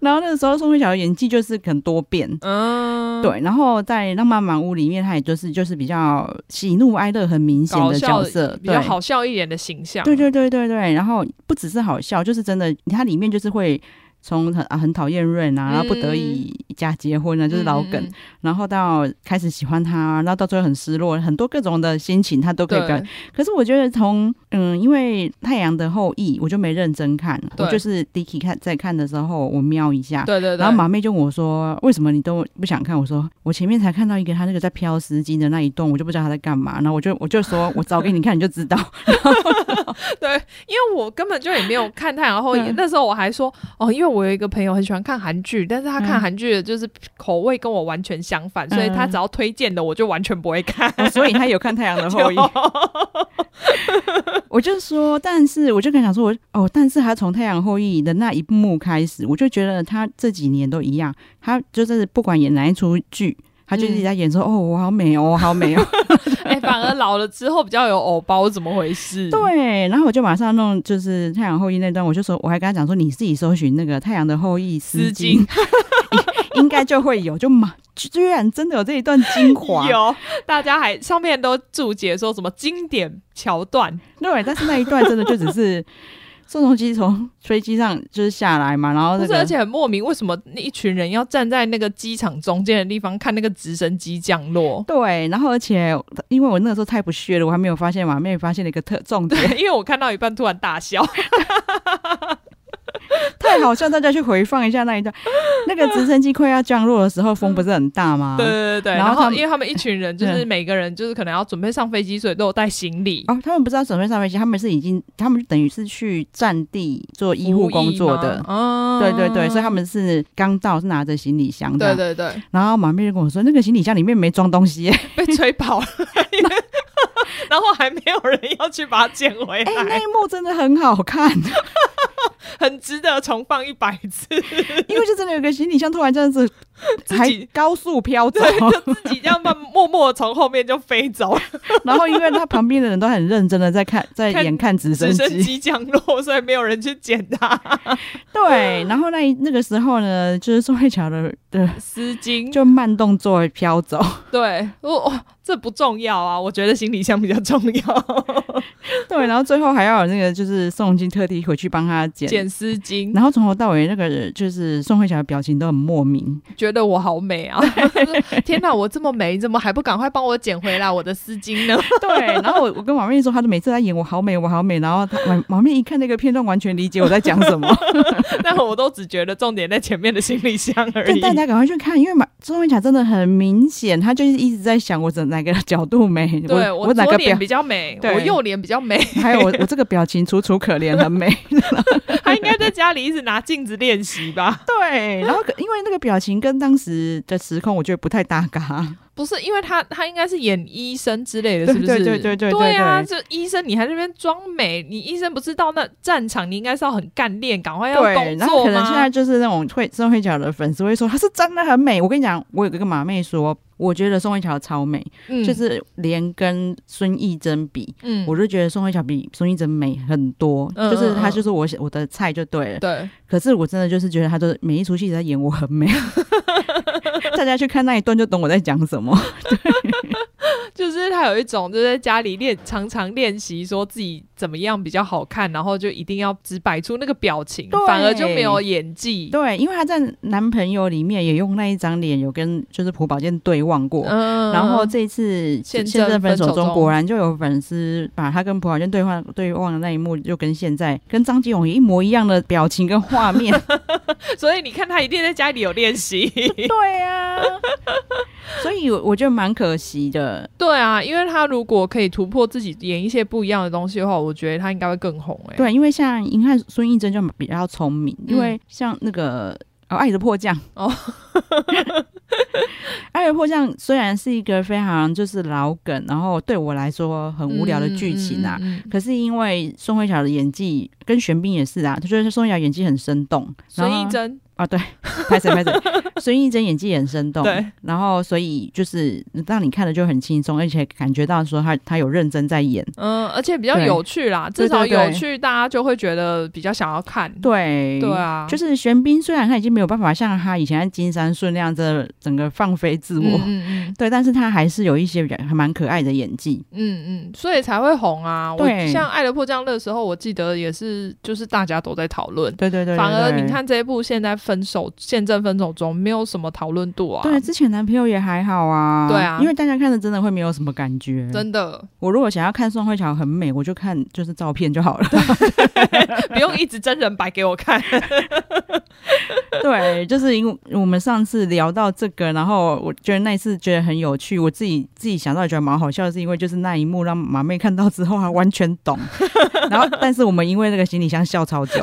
Speaker 1: 然后那个时候宋慧乔的演技就是很多变。
Speaker 2: 嗯，
Speaker 1: 对，然后在《浪漫满屋》里面，她也就是就是比较喜怒哀乐很明显
Speaker 2: 搞
Speaker 1: 的
Speaker 2: 笑
Speaker 1: 角色，
Speaker 2: 比较
Speaker 1: 对。
Speaker 2: 好笑一点的形象，
Speaker 1: 对对对对对，然后不只是好笑，就是真的，它里面就是会从很、啊、很讨厌润啊，
Speaker 2: 嗯
Speaker 1: 然后不得已假结婚啊，就是老梗，
Speaker 2: 嗯，嗯嗯
Speaker 1: 然后到开始喜欢他，然后到最后很失落，很多各种的心情他都可以感
Speaker 2: 对
Speaker 1: 可是我觉得从嗯，因为《太阳的后裔》，我就没认真看，
Speaker 2: 对
Speaker 1: 我就是 Dicky 看在看的时候，我瞄一下。
Speaker 2: 对对对，
Speaker 1: 然后马妹就问我说：“为什么你都不想看？”我说：“我前面才看到一个他那个在飘丝巾的那一段，我就不知道他在干嘛。”然后我就我就说：“我找给你看，你就知道。
Speaker 2: 对，因为我根本就也没有看 《太阳后裔》
Speaker 1: 嗯
Speaker 2: 那时候我还说哦，因为我有一个朋友很喜欢看韩剧，但是他看
Speaker 1: 嗯
Speaker 2: 韩剧的就是口味跟我完全相反，所以他只要推荐的我就完全不会看。
Speaker 1: 哦所以他有看《太阳 的后裔》
Speaker 2: 就
Speaker 1: 我就说：“但是我就跟他说，我哦，但是他从《太阳后裔》的那一幕开始，我就觉得他这几年都一样，他就是不管演哪一出剧，他就一直在演说：‘哦，我好美哦，我好美哦。’
Speaker 2: 哎、反而老了之后比较有偶包，怎么回事？
Speaker 1: 对，然后我就马上弄就是《太阳后裔》那段，我就说，我还跟他讲说，你自己搜寻那个《太阳的后裔》丝
Speaker 2: 丝
Speaker 1: 巾， 应该就会有，就马居然真的有这一段精 华，
Speaker 2: 有大家还上面都注解说什么经典桥段，
Speaker 1: 对，但是那一段真的就只是宋仲基从飞机上就是下来嘛，然后
Speaker 2: 不
Speaker 1: 那
Speaker 2: 是，而
Speaker 1: 个。
Speaker 2: 且很莫名，为什么那一群人要站在那个机场中间的地方看那个直升机降落？
Speaker 1: 对，然后而且因为我那个时候太不屑了，我还没有发现嘛，没有发现了一个特重
Speaker 2: 对
Speaker 1: 点，，
Speaker 2: 因为我看到一半突然大笑，
Speaker 1: 啊太好笑，大家去回放一下那一段。那个直升机快要降落的时候，风不是很大吗？
Speaker 2: 对对对对，
Speaker 1: 然后
Speaker 2: 然
Speaker 1: 他
Speaker 2: 后
Speaker 1: 们嗯
Speaker 2: 因为他们一群 人就是每个人就是可能要准备上飞机，所以都有带行李。
Speaker 1: 哦，他们不知道准备上飞机，他们是已经，他们等于是去战地做医护工作的
Speaker 2: 服役。吗嗯，
Speaker 1: 对对对，所以他们是刚到，是拿着行李箱的。
Speaker 2: 对对对
Speaker 1: 然后马妹就跟我说，那个行李箱里面没装东西、欸。
Speaker 2: 被吹跑 了，因为然后还没有人要去把它捡回
Speaker 1: 哎、那
Speaker 2: 来，
Speaker 1: 一幕真的很好 看，
Speaker 2: 很值得重放一百 次，
Speaker 1: 因为就真的有个行李箱突然这样子，
Speaker 2: 自
Speaker 1: 还
Speaker 2: 己
Speaker 1: 高速飘走。
Speaker 2: 就自己这样慢默默地从后面就飞走，
Speaker 1: 然后因为他旁边的人都很认真的在 看，在
Speaker 2: 看
Speaker 1: 眼看直升
Speaker 2: 直升
Speaker 1: 机。
Speaker 2: 机降落，所以没有人去捡 它。
Speaker 1: 对，然后那一那个时候呢，就是宋慧乔的的
Speaker 2: 丝巾，
Speaker 1: 就慢动作飘走。
Speaker 2: 对，我哦这不重要啊，我觉得行李箱比较重 要，
Speaker 1: 对，然后最后还要有那个就是宋仲基特地回去帮他捡
Speaker 2: 捡丝巾。
Speaker 1: 然后从头到尾，那个就是宋慧乔的表情都很莫 名。
Speaker 2: 觉得我好美 啊！天哪，我这么美，你怎么还不赶快帮我捡回来我的丝巾呢？
Speaker 1: 对，然后我我跟马妹说，她就每次在演我好美，我好美。然后她马马妹一看那个片段，完全理解我在讲什么。
Speaker 2: 但我都只觉得重点在前面的行李箱 而
Speaker 1: 但
Speaker 2: 已。
Speaker 1: 大家赶快去看，因为马宋慧乔真的很明显，她就是一直在想我怎哪个角度美，
Speaker 2: 对
Speaker 1: 我
Speaker 2: 我
Speaker 1: 哪
Speaker 2: 左
Speaker 1: 个
Speaker 2: 脸
Speaker 1: 表，
Speaker 2: 比较 美，
Speaker 1: 对
Speaker 2: 我右脸比较美。
Speaker 1: 还有我我这个表情楚楚可怜，很 美。
Speaker 2: 他应该在家里一直拿镜子练习吧？
Speaker 1: 对，然后可因为那个表情跟当时的时空，我觉得不太搭嘎。
Speaker 2: 不是，因为他他应该是演医生之类的，
Speaker 1: 对
Speaker 2: 是不是？
Speaker 1: 对对对对对
Speaker 2: 对啊！
Speaker 1: 对
Speaker 2: 这医生你还在那边装美，你医生不是到那战场，你应该是要很干练，赶快要
Speaker 1: 对，
Speaker 2: 工
Speaker 1: 然后
Speaker 2: 作
Speaker 1: 可能现在
Speaker 2: 吗？
Speaker 1: 就是那种会宋慧乔的粉丝会说她是真的很美。我跟你讲，我有一个马妹说，我觉得宋慧乔超美，
Speaker 2: 嗯
Speaker 1: 就是连跟孙艺珍比，
Speaker 2: 嗯
Speaker 1: 我就觉得宋慧乔比孙艺珍美很多，
Speaker 2: 嗯
Speaker 1: 就是她
Speaker 2: 嗯嗯
Speaker 1: 就是我我的菜就对了。
Speaker 2: 对，
Speaker 1: 可是我真的就是觉得她都每一出戏都在演我很 美，大家去看那一段就懂我在讲什么。
Speaker 2: 就是他有一种就在家里练，常常练习说自己怎么样比较好看，然后就一定要只摆出那个表情
Speaker 1: 对，
Speaker 2: 反而就没有演技。
Speaker 1: 对，因为她在男朋友里面也用那一张脸有跟就是朴宝剑对望过，
Speaker 2: 嗯
Speaker 1: 然后这一次
Speaker 2: 现
Speaker 1: 现
Speaker 2: 正
Speaker 1: 分
Speaker 2: 分
Speaker 1: 手
Speaker 2: 手
Speaker 1: 中，
Speaker 2: 中
Speaker 1: 果然就有粉丝把他跟朴宝剑对话对望的那一幕，就跟现在跟张基勇一模一样的表情跟画 面。
Speaker 2: 所以你看他一定在家里有练习。
Speaker 1: 对啊，所以我我觉得蛮可惜的。
Speaker 2: 对啊，因为他如果可以突破自己演一些不一样的东西的话，我觉得他应该会更红哎、
Speaker 1: 对，因为像你看孙艺珍就比较聪明，因
Speaker 2: 嗯
Speaker 1: 为像那个。哦，爱的迫降
Speaker 2: 哦，
Speaker 1: 爱的迫降虽然是一个非常就是老梗，然后对我来说很无聊的剧情啊，
Speaker 2: 嗯嗯嗯嗯
Speaker 1: 可是因为宋慧乔的演技跟玄彬也是啊，他觉得宋慧乔演技很生动，
Speaker 2: 孙
Speaker 1: 然
Speaker 2: 艺
Speaker 1: 后
Speaker 2: 珍
Speaker 1: 啊，对，拍谁 拍谁，孙艺珍演技也很生动，
Speaker 2: 对，
Speaker 1: 然后所以就是让你看的就很轻松，而且感觉到说他他有认真在演，
Speaker 2: 嗯，而且比较
Speaker 1: 对
Speaker 2: 有趣啦，
Speaker 1: 对
Speaker 2: 至少
Speaker 1: 对对
Speaker 2: 有趣，大家就会觉得比较想要看。
Speaker 1: 对
Speaker 2: 对。啊，
Speaker 1: 就是是玄彬，虽然他已经没有办法像他以前在金山顺那样子整个放飞自我，
Speaker 2: 嗯嗯
Speaker 1: 对，但是他还是有一些比较还蛮可爱的演技。
Speaker 2: 嗯嗯，所以才会红啊。我
Speaker 1: 对
Speaker 2: 像《爱的迫降》的时候，我记得也是，就是大家都在讨论。
Speaker 1: 对对对对
Speaker 2: 反而
Speaker 1: 对
Speaker 2: 你看这一部现在分手，现正分手中没有什么讨论度啊。
Speaker 1: 对，之前男朋友也还好啊，
Speaker 2: 对啊
Speaker 1: 因为大家看了真的会没有什么感觉，
Speaker 2: 真的
Speaker 1: 我如果想要看宋慧乔很美，我就看就是照片就好了。
Speaker 2: 不用一直真人摆给我看。
Speaker 1: 对，就是因为我们上次聊到这个，然后我觉得那一次觉得很有趣，我自己自己想到也觉得蛮好笑，是因为就是那一幕让马妹看到之后，她完全 懂。然后，但是我们因为那个行李箱笑超久。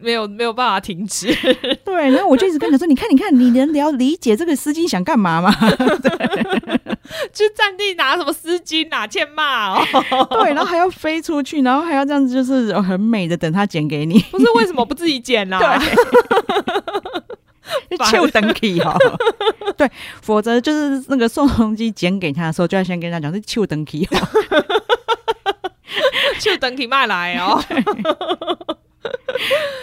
Speaker 2: 没有没有办法停止。
Speaker 1: 对，然后我就一直跟她说：“你看，你看，你能聊理解这个司机想干嘛吗
Speaker 2: 去战地拿什么丝巾啊，欠骂哦！？”
Speaker 1: 对，然后还要飞出去，然后还要这样子，就是呃很美的等他剪给你，
Speaker 2: 不是为什么不自己剪啦、 烦
Speaker 1: 就等 key 哈。对，否则就是那个宋仲基剪给他的时候，就要先跟他讲是就等哦 key 哈。
Speaker 2: 就等体骂来哦。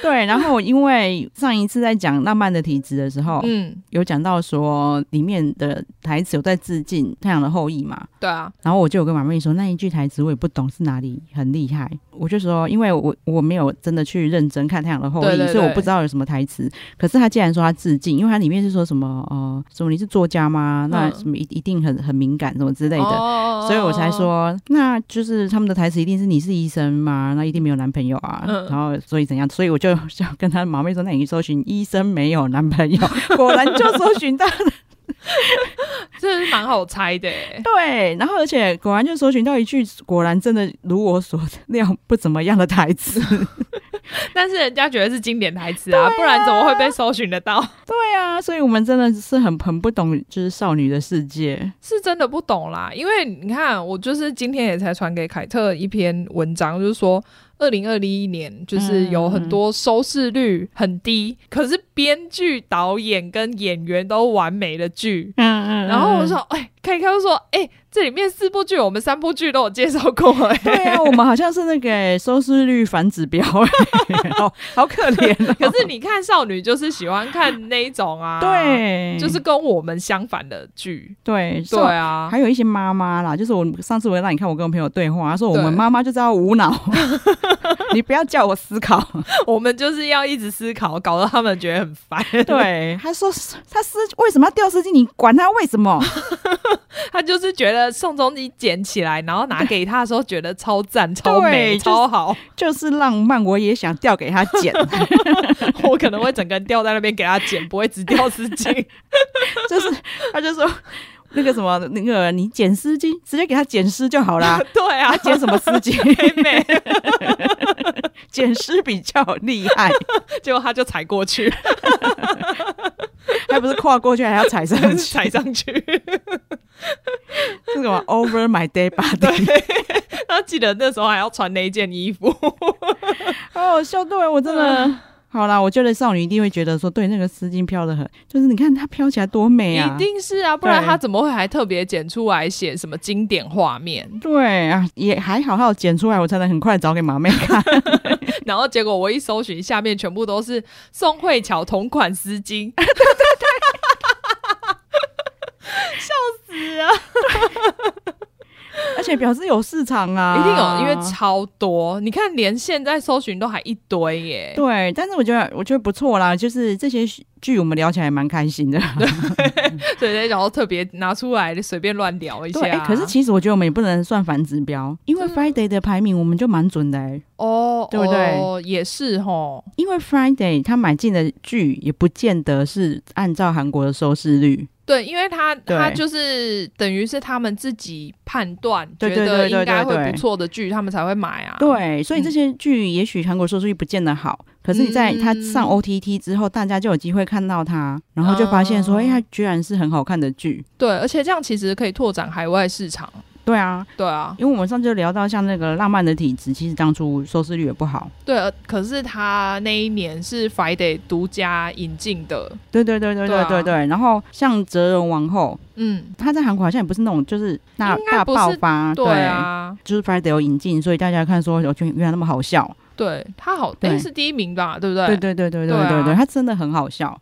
Speaker 1: 对，然后因为上一次在讲浪漫的体质的时候，
Speaker 2: 嗯，
Speaker 1: 有讲到说里面的台词有在致敬《太阳的后裔》嘛。
Speaker 2: 对啊，
Speaker 1: 然后我就有跟马妹说，那一句台词我也不懂是哪里很厉害，我就说，因为我我没有真的去认真看《太阳的后裔》
Speaker 2: 对对
Speaker 1: 所以我
Speaker 2: 对
Speaker 1: 不知道有什么台词。可是他既然说他致敬，因为他里面是说什么呃什么你是作家吗？那
Speaker 2: 嗯
Speaker 1: 什么一一定很很敏感什么之类的。
Speaker 2: 哦
Speaker 1: 所以我才，说，那就是他们的台词一定是你是医生嘛，那一定没有男朋友啊，
Speaker 2: 嗯
Speaker 1: 然后所以怎样，所以我就就跟他毛妹说，那你搜寻医生没有男朋友， 果然就搜寻到，
Speaker 2: 这是蛮好猜的耶。
Speaker 1: 对，然后而且果然就搜寻到一句，果然真的如我所 料不怎么样的台词，
Speaker 2: 但是人家觉得是经典台词啊，不然怎么会被搜寻得到？
Speaker 1: 对啊，所以我们真的是很很不懂，就是少女的世界，
Speaker 2: 是真的不懂啦，因为你看，我就是今天也才传给凯特一篇文章，就是说。二零二一年就是有很多收视率很低，可是编剧、导演跟演员都完美的剧，
Speaker 1: 嗯嗯
Speaker 2: 然后我 说，哎、凯凯就说，哎、这里面四部剧，我们三部剧都有介绍过、哎，
Speaker 1: 对啊，我们好像是那个欸收视率反指 标、好好可怜、哦，
Speaker 2: 可是你看少女就是喜欢看那一种啊，，
Speaker 1: 对，
Speaker 2: 就是跟我们相反的剧，
Speaker 1: 对
Speaker 2: 对
Speaker 1: 少
Speaker 2: 啊，
Speaker 1: 还有一些妈妈啦，就是我上次我让你看我跟我朋友对话，她说我
Speaker 2: 对
Speaker 1: 们妈妈就知道无 脑，你不要叫我思考。
Speaker 2: 我们就是要一直思考，搞得他们觉得很烦。，
Speaker 1: 对， 她说她司为什么要掉司机？你管她为什么？
Speaker 2: 他就是觉得宋仲基捡起来，然后拿给他的时候，觉得超赞、超美、
Speaker 1: 就是
Speaker 2: 超好，
Speaker 1: 就是浪漫，我也想掉给她剪，
Speaker 2: 我可能会整个人掉在那边给他捡，不会只掉丝巾。
Speaker 1: 就是她就说。那个什么，那个你 剪丝巾，直接给她剪湿就好啦。
Speaker 2: 对啊
Speaker 1: 她，剪什么丝巾？
Speaker 2: 妹妹。
Speaker 1: 捡尸比较厉害，
Speaker 2: 结果他就踩过去，
Speaker 1: 还不是跨过去还要踩上 去，
Speaker 2: 踩上去。
Speaker 1: 这个 over my dead body，
Speaker 2: 对，然后记得那时候还要穿那一件衣服，
Speaker 1: 好好笑。对我真
Speaker 2: 嗯
Speaker 1: 的。好啦，我觉得少女一定会觉得说，对那个丝巾飘的很，就是你看它飘起来多美啊！
Speaker 2: 一定是啊，不然
Speaker 1: 对
Speaker 2: 他怎么会还特别剪出来写什么经典画面？
Speaker 1: 对啊，也还好，还有剪出来，我才能很快找给 马妹看。
Speaker 2: 然后结果我一搜寻，下面全部都是宋慧乔同款丝巾，对对对，笑死啊！
Speaker 1: 而且表示有市场啊，
Speaker 2: 一定有，因为超多，你看连现在搜寻都还一堆耶。
Speaker 1: 对，但是我觉得我觉得不错啦，就是这些剧我们聊起来蛮开 心的。
Speaker 2: 对，然后特别拿出来随便乱聊一下。
Speaker 1: 对、哎可是其实我觉得我们也不能算反指标，因为
Speaker 2: 啊真
Speaker 1: Friday 的排名我们就蛮准的、哎
Speaker 2: 哦，
Speaker 1: 对不对
Speaker 2: 哦、也是吼，
Speaker 1: 因为 Friday 他买进的剧也不见得是按照韩国的收视率，
Speaker 2: 对，因为他
Speaker 1: 对
Speaker 2: 他就是等于是他们自己判断
Speaker 1: 对对
Speaker 2: 觉得
Speaker 1: 对对
Speaker 2: 应该
Speaker 1: 对
Speaker 2: 会
Speaker 1: 对
Speaker 2: 不错的剧，他们才会买啊。
Speaker 1: 对，所以这些剧也许韩国收视率不见得好，可是你在它
Speaker 2: 嗯
Speaker 1: 上 OTT 之后，大家就有机会看到它，然后就发现说，
Speaker 2: 哦
Speaker 1: 哎、它居然是很好看的剧。
Speaker 2: 对，而且这样其实可以拓展海外市场。
Speaker 1: 对啊，
Speaker 2: 对啊，
Speaker 1: 因为我们上次就聊到像那个《浪漫的体质》，其实当初收视率也不好。
Speaker 2: 对，呃可是他那一年是 Friday 独家引进的，
Speaker 1: 对对对对
Speaker 2: 对
Speaker 1: 对
Speaker 2: 啊
Speaker 1: 对对。然后像《哲人王后
Speaker 2: 嗯，》，
Speaker 1: 她在韩国好像也不是那种就是大
Speaker 2: 应该
Speaker 1: 大
Speaker 2: 不是
Speaker 1: 爆发，
Speaker 2: 对啊，
Speaker 1: 就是 Friday 有引进，所以大家看说，我觉得原来那么好笑。
Speaker 2: 对他好，
Speaker 1: 对
Speaker 2: 诶是第一名吧，对不对？
Speaker 1: 对对对对对
Speaker 2: 对啊
Speaker 1: 对对，它真的很好笑。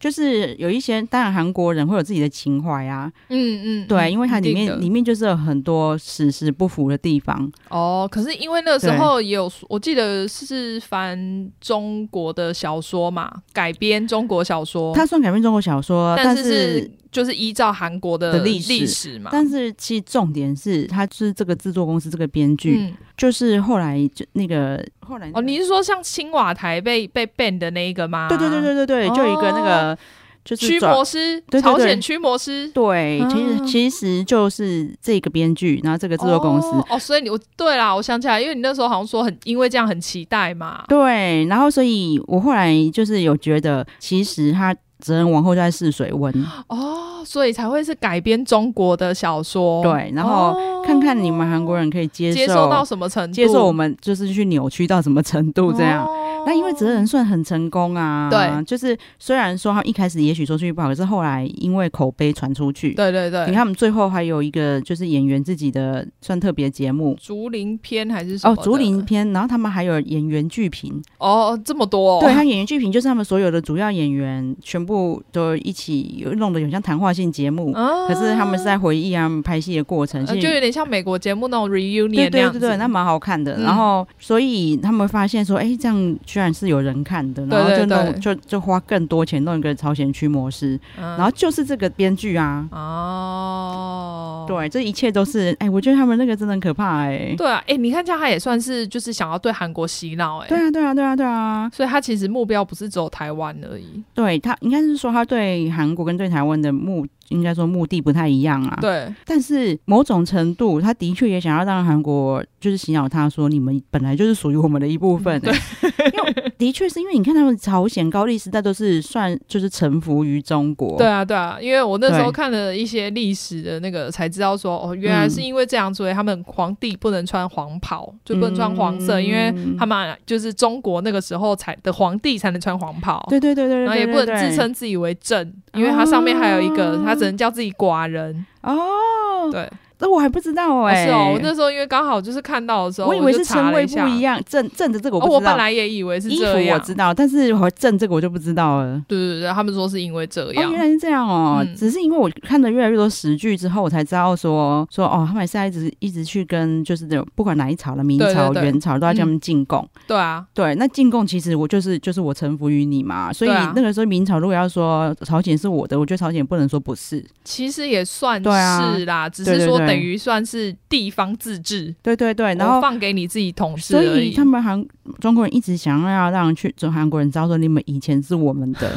Speaker 1: 就是有一些，当然韩国人会有自己的情怀啊，
Speaker 2: 嗯嗯，
Speaker 1: 对，
Speaker 2: 嗯
Speaker 1: 因为它里
Speaker 2: 一定
Speaker 1: 面
Speaker 2: 的
Speaker 1: 里面就是有很多史实不符的地方。
Speaker 2: 哦，可是因为那个时候也有，我记得是翻中国的小说嘛，改编中国小说，
Speaker 1: 它虽然改编中国小说，但
Speaker 2: 哦但是是就是依照韩国的
Speaker 1: 的历史
Speaker 2: 历史嘛，
Speaker 1: 但是其实重点是，它是这个制作公司这个编剧，
Speaker 2: 嗯，
Speaker 1: 就是后来就那个后来那个
Speaker 2: 哦，你是说像青瓦台被被 ban 的那一个吗？
Speaker 1: 对对对对对对，
Speaker 2: 哦
Speaker 1: 就一个那个就是
Speaker 2: 驱
Speaker 1: 转
Speaker 2: 魔师，
Speaker 1: 对对对
Speaker 2: 朝鲜驱魔师，
Speaker 1: 对，
Speaker 2: 啊
Speaker 1: 其实其实就是这个编剧，然后这个制作公司。
Speaker 2: 哦，哦所以你我对啦，我想起来，因为你那时候好像说很因为这样很期待嘛，
Speaker 1: 对，然后所以我后来就是有觉得，其实他《哲人王后》就在试水温，
Speaker 2: 哦，所以才会是改编中国的小说，
Speaker 1: 对，然后
Speaker 2: 哦
Speaker 1: 看看你们韩国人可以接
Speaker 2: 接受到什么程度，
Speaker 1: 接受我们就是去扭曲到什么程度这样。
Speaker 2: 哦
Speaker 1: 那因为哲人算很成功啊，
Speaker 2: 对，
Speaker 1: 就是虽然说他一开始也许说出去不好，可是后来因为口碑传出去，
Speaker 2: 对对对，
Speaker 1: 你看我们最后还有一个就是演员自己的算特别节目
Speaker 2: 竹林篇还是什
Speaker 1: 哦
Speaker 2: 么，
Speaker 1: 竹林
Speaker 2: 的
Speaker 1: 篇，然后他们还有演员剧评，
Speaker 2: 哦，这么多、
Speaker 1: 对他演员剧评就是他们所有的主要演员全部都一起有弄得有像谈话性节目，
Speaker 2: 啊
Speaker 1: 可是他们是在回忆他们拍戏的过程，
Speaker 2: 呃
Speaker 1: 其实
Speaker 2: 就有点像美国节目那种 reunion
Speaker 1: 对
Speaker 2: 那
Speaker 1: 对
Speaker 2: 样
Speaker 1: 对
Speaker 2: 子，
Speaker 1: 对，那蛮好看的。
Speaker 2: 嗯
Speaker 1: 然后，所以他们发现说，哎、这样居然是有人看的，
Speaker 2: 对
Speaker 1: 然后就
Speaker 2: 对
Speaker 1: 弄
Speaker 2: 对
Speaker 1: 就就花更多钱弄一个朝鲜驱魔师，
Speaker 2: 嗯
Speaker 1: 然后就是这个编剧啊，
Speaker 2: 哦，
Speaker 1: 对，这一切都是，哎、我觉得他们那个真的很可怕、哎，
Speaker 2: 对啊，哎、你看这样他也算是就是想要对韩国洗脑、哎，
Speaker 1: 对啊，对啊，对啊，对啊，
Speaker 2: 所以他其实目标不是只有台湾而已，
Speaker 1: 对他应该是说他对韩国跟对台湾的目，应该说目的不太一样啊。，
Speaker 2: 对，
Speaker 1: 但是某种程度，他的确也想要让韩国就是洗脑他说，你们本来就是属于我们的一
Speaker 2: 嗯
Speaker 1: 部分、欸。因 为的确是因为你看他们朝鲜高丽时代都是算就是臣服于中国。
Speaker 2: 对啊，对啊，因为我那时候
Speaker 1: 对
Speaker 2: 看了一些历史的那个，才知道说，哦，原来
Speaker 1: 嗯
Speaker 2: 是因为这样，所以他们皇帝不能穿黄袍，就不能穿黄色，因为
Speaker 1: 嗯
Speaker 2: 他们就是中国那个时候才的皇帝才能穿黄袍，
Speaker 1: 对对对对对，
Speaker 2: 然后也不
Speaker 1: 对
Speaker 2: 能自。
Speaker 1: 对
Speaker 2: 称自己为正，因为他上面还有一个，他只能叫自己寡人。
Speaker 1: 哦，
Speaker 2: 对，
Speaker 1: 这我还不知道哎、
Speaker 2: 哦是哦，我那时候因为刚好就是看到的时候，
Speaker 1: 我以为是
Speaker 2: 就查
Speaker 1: 称
Speaker 2: 了
Speaker 1: 谓
Speaker 2: 一
Speaker 1: 不
Speaker 2: 下。
Speaker 1: 一样，正正的这个
Speaker 2: 哦，
Speaker 1: 不
Speaker 2: 我
Speaker 1: 知道。
Speaker 2: 本来也以为是
Speaker 1: 衣服
Speaker 2: 这样
Speaker 1: 我。知道，但是我正这个我就不知道了。
Speaker 2: 对对对，他们说是因为这
Speaker 1: 哦，
Speaker 2: 样
Speaker 1: 原。来是这样哦，
Speaker 2: 嗯
Speaker 1: 只是因为我看了越来越多时剧之后，我才知道说
Speaker 2: 嗯
Speaker 1: 说哦，他们现在一直一直去跟就是那种不管哪一朝的明
Speaker 2: 对
Speaker 1: 朝、
Speaker 2: 对对
Speaker 1: 元朝都要叫他们进贡。
Speaker 2: 对啊，
Speaker 1: 对，那进贡其实我就是就是我臣服于你嘛，所以
Speaker 2: 对啊
Speaker 1: 那个时候明朝如果要说朝鲜是我的，我觉得朝鲜不能说不是。
Speaker 2: 其实也算
Speaker 1: 对啊
Speaker 2: 是啦，只
Speaker 1: 对
Speaker 2: 是
Speaker 1: 对
Speaker 2: 说
Speaker 1: 对
Speaker 2: 等于算是地方自治。
Speaker 1: 对对对，然
Speaker 2: 我
Speaker 1: 后
Speaker 2: 放给你自己统治
Speaker 1: 所
Speaker 2: 而
Speaker 1: 以
Speaker 2: 已。
Speaker 1: 他们韩中国人一直想要让去中韩国人知道说你们以前是我们的，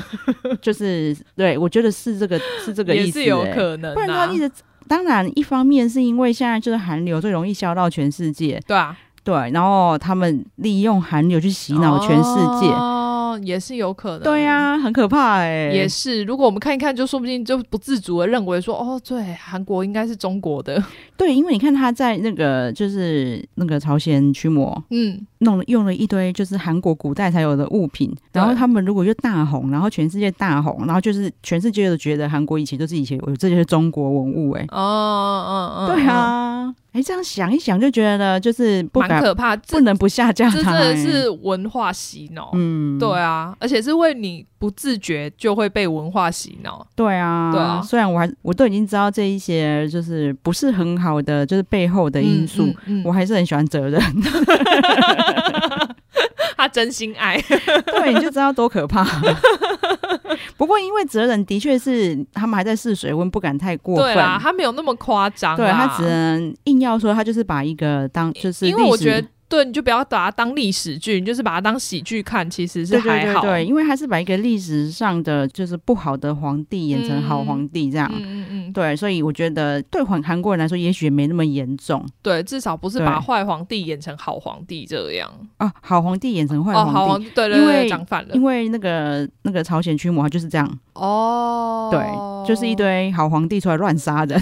Speaker 1: 就是对我觉得是这个是这个意
Speaker 2: 也
Speaker 1: 思、
Speaker 2: 是有
Speaker 1: 欸
Speaker 2: 可能、啊，
Speaker 1: 不然他一直。当然，一方面是因为现在就是韩流最容易销到全世界，
Speaker 2: 对啊，
Speaker 1: 对，然后他们利用韩流去洗脑全世界，
Speaker 2: 哦，也是有可能。
Speaker 1: 对、啊呀、很可怕哎、
Speaker 2: 也是。如果我们看一看，就说不定就不自主的认为说，哦，对，韩国应该是中国的。
Speaker 1: 对，因为你看他在那个就是那个朝鲜驱魔，
Speaker 2: 嗯，
Speaker 1: 弄了用了一堆就是韩国古代才有的物品，然后他们如果就大红，然后全世界大红，然后就是全世界都觉得韩国以前就是以前有这些中国文物哎、
Speaker 2: 哦，哦，哦，
Speaker 1: 对啊，哎、这样想一想就觉得就是不
Speaker 2: 哦，蛮
Speaker 1: 敢
Speaker 2: 可怕。
Speaker 1: 不
Speaker 2: 这
Speaker 1: 能不下架
Speaker 2: 这真
Speaker 1: 它、
Speaker 2: 的
Speaker 1: 哎
Speaker 2: 是文化洗脑。
Speaker 1: 嗯，
Speaker 2: 对啊，而且是为你不自觉就会被文化洗脑。
Speaker 1: 对啊，
Speaker 2: 对啊
Speaker 1: 虽然我还我都已经知道这一些就是不是很好的就是背后的因素，
Speaker 2: 嗯，嗯嗯
Speaker 1: 我还是很喜欢 责任。
Speaker 2: 他真心爱，
Speaker 1: 对，你就知道多可怕。 不过因为责任的确是他们还在试水温，不敢太过分。
Speaker 2: 对啊啦，他没有那么夸张啦，
Speaker 1: 对
Speaker 2: 啊
Speaker 1: 他只能硬要说，他就是把一个当就是
Speaker 2: 因为
Speaker 1: 历
Speaker 2: 我
Speaker 1: 史
Speaker 2: 觉得。对，你就不要把它当历史剧，你就是把它当喜剧看，其实是
Speaker 1: 对对
Speaker 2: 还
Speaker 1: 对
Speaker 2: 好。
Speaker 1: 对，因为他是把一个历史上的就是不好的皇帝演成好皇帝这样。
Speaker 2: 嗯嗯嗯，
Speaker 1: 对，所以我觉得对韩韩国人来说，也许也没那么严重
Speaker 2: 对，至少不是把
Speaker 1: 对
Speaker 2: 坏皇帝演成好皇帝这样。
Speaker 1: 啊。好皇帝演成坏皇
Speaker 2: 哦，
Speaker 1: 帝，
Speaker 2: 好皇帝，对对
Speaker 1: 因
Speaker 2: 对，
Speaker 1: 为
Speaker 2: 讲反了
Speaker 1: 因。为那个那个朝鲜驱魔就是这样，
Speaker 2: 哦，
Speaker 1: 对，就是一堆好皇帝出来乱杀 人。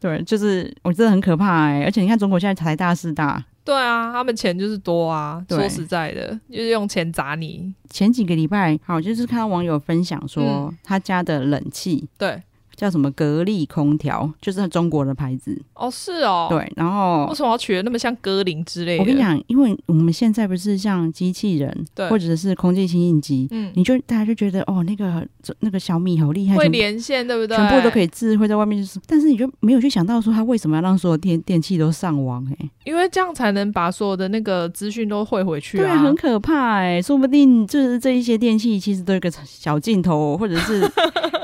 Speaker 1: 对，就是我真的很可怕哎、而且你看中国现在财大势大，
Speaker 2: 对啊，他们钱就是多啊。
Speaker 1: 对
Speaker 2: 说实在的，就是用钱砸你。
Speaker 1: 前几个礼拜好就是看到网友分享说
Speaker 2: 嗯
Speaker 1: 他家的冷气
Speaker 2: 对，
Speaker 1: 叫什么格力空调，就是中国的牌子。
Speaker 2: 哦是哦，，
Speaker 1: 对，然后
Speaker 2: 为什么要取得那么像歌林之类的？
Speaker 1: 我跟你，讲，因为我们现在不是像机器人
Speaker 2: 对
Speaker 1: 或者是空气清净机，
Speaker 2: 嗯，
Speaker 1: 你就大家就觉得哦那个那个小米好厉害，
Speaker 2: 会
Speaker 1: 全部
Speaker 2: 连线对不对？
Speaker 1: 全部都可以智慧在外面，就是，但是你就没有去想到说他为什么要让所有电电器都上网、欸？
Speaker 2: 因为这样才能把所有的那个资讯都汇回去
Speaker 1: 对啊，很可怕哎、说不定就是这一些电器其实都有个小镜头，或者 是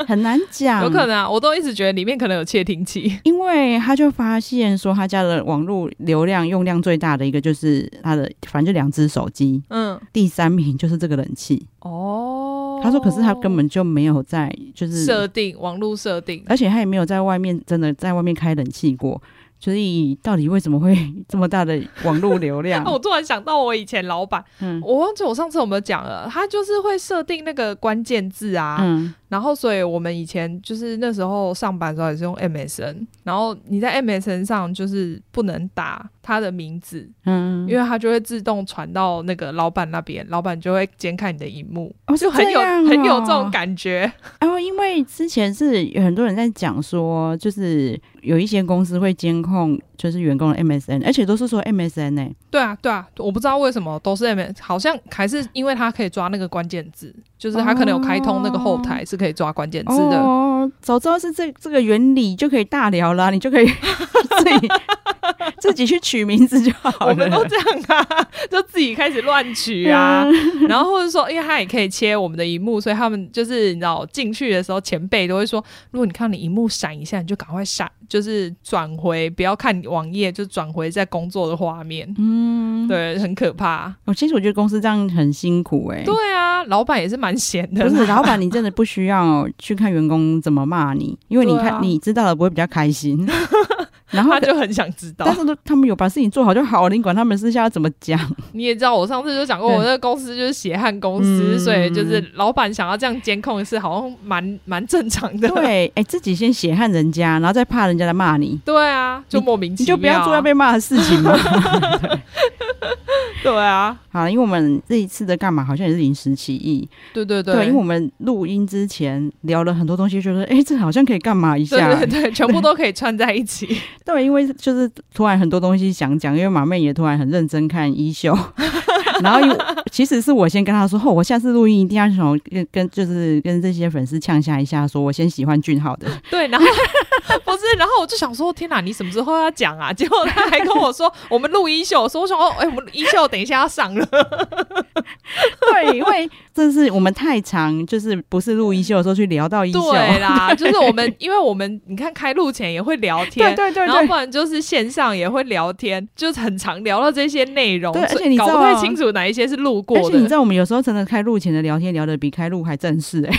Speaker 1: 很难讲，
Speaker 2: 有可能啊，我都一直觉得里面可能有窃听器。
Speaker 1: 因为他就发现说他家的网络流量用量最大的一个就是他的，反正就两只手机，
Speaker 2: 嗯，
Speaker 1: 第三名就是这个冷气。
Speaker 2: 哦
Speaker 1: 他说，可是他根本就没有在就是
Speaker 2: 设定网络设定，
Speaker 1: 而且他也没有在外面真的在外面开冷气过，所以到底为什么会 这么大的网络流量
Speaker 2: 啊，？我突然想到我以前老板，
Speaker 1: 嗯
Speaker 2: 我忘记我上次有没有讲了，他就是会设定那个关键字啊，
Speaker 1: 嗯，
Speaker 2: 然后所以我们以前就是那时候上班的时候也是用 MSN，然后你在 MSN 上就是不能打他的名字，
Speaker 1: 嗯，
Speaker 2: 因为他就会自动传到那个老板那边，老板就会监看你的荧幕，
Speaker 1: 哦
Speaker 2: 就很有、很有这啊种。感觉。
Speaker 1: 然哦后、哦，因为之前是有很多人在讲说，就是有一些公司会监控就是员工的 MSN，而且都是说 MSN 呢、
Speaker 2: 对啊，对啊，我不知道为什么都是 M，好像还是因为他可以抓那个关键字，就是他可能有开通那个后台是可以抓关键字的。
Speaker 1: 哦，早知道是这这个原理就可以大聊啦，你就可以 自 己自己去取名字就好了。
Speaker 2: 我们都这样啊， 就自己开始乱取啊，然后或者说，因为他也可以切我们的荧幕，所以他们就是你知道进去的时候，前辈都会说，如果你看到你荧幕闪一下，你就赶快闪，就是转回，不要看网页，就转回在工作的画面。嗯，对，很可怕。
Speaker 1: 哦，其实我觉得公司这样很辛苦哎、
Speaker 2: 对啊，老板也是蛮闲的啦。
Speaker 1: 不是，老板，你真的不需要去看员工怎么骂你，因为你
Speaker 2: 对
Speaker 1: 看、
Speaker 2: 啊
Speaker 1: 你知道了不会比较开 心。然后
Speaker 2: 他，就很想知道
Speaker 1: 但。是都他们有把事情做好就好了，你管他们私下要怎么讲。
Speaker 2: 你也知道，我上次就讲过，我那个公司就是血汗公司，
Speaker 1: 嗯
Speaker 2: 所以就是老板想要这样监控是好像蛮蛮正常的。
Speaker 1: 对，哎、自己先血汗人家，然后再怕人家来骂你。
Speaker 2: 对啊，就莫名其
Speaker 1: 你
Speaker 2: 妙啊、
Speaker 1: 就不要做要被骂的事情嘛。
Speaker 2: 对啊，
Speaker 1: 好，因为我们这一次的干嘛好像也是临时起意，
Speaker 2: 对对
Speaker 1: 对，因为我们录音之前聊了很多东西，觉得哎、诶这好像可以干嘛一
Speaker 2: 对
Speaker 1: 下。
Speaker 2: 对对，全部都可以串在一起。
Speaker 1: 对，因为就是突然很多东西想讲，因为马妹也突然很认真看衣 袖，然后因为其实是我先跟她说，哦，我下次录音一定要从跟跟就是跟这些粉丝呛下一下，说我先喜欢俊浩的，
Speaker 2: 对，然后不是，然后我就想说，天哪，你什么时候要讲啊？ 结果他还跟我说，我们录衣袖，说我想哦，哎、我们衣袖等一下要上了。
Speaker 1: 对，因为这是我们太长，就是不是录衣袖的时候去聊到衣袖，
Speaker 2: 对啦，就是我们，因为我们你看开录前也会聊
Speaker 1: 对
Speaker 2: 天。
Speaker 1: 对对
Speaker 2: 然后
Speaker 1: 对
Speaker 2: 不然就是线上也会聊天，就是很常聊到这些内容，
Speaker 1: 对而
Speaker 2: 所以
Speaker 1: 且你
Speaker 2: 搞
Speaker 1: 知
Speaker 2: 不
Speaker 1: 道
Speaker 2: 太
Speaker 1: 啊
Speaker 2: 清楚哪一些是录过
Speaker 1: 而
Speaker 2: 的。
Speaker 1: 且你知道，我们欸有时候真的开录前的聊天聊得比开录还正式哎、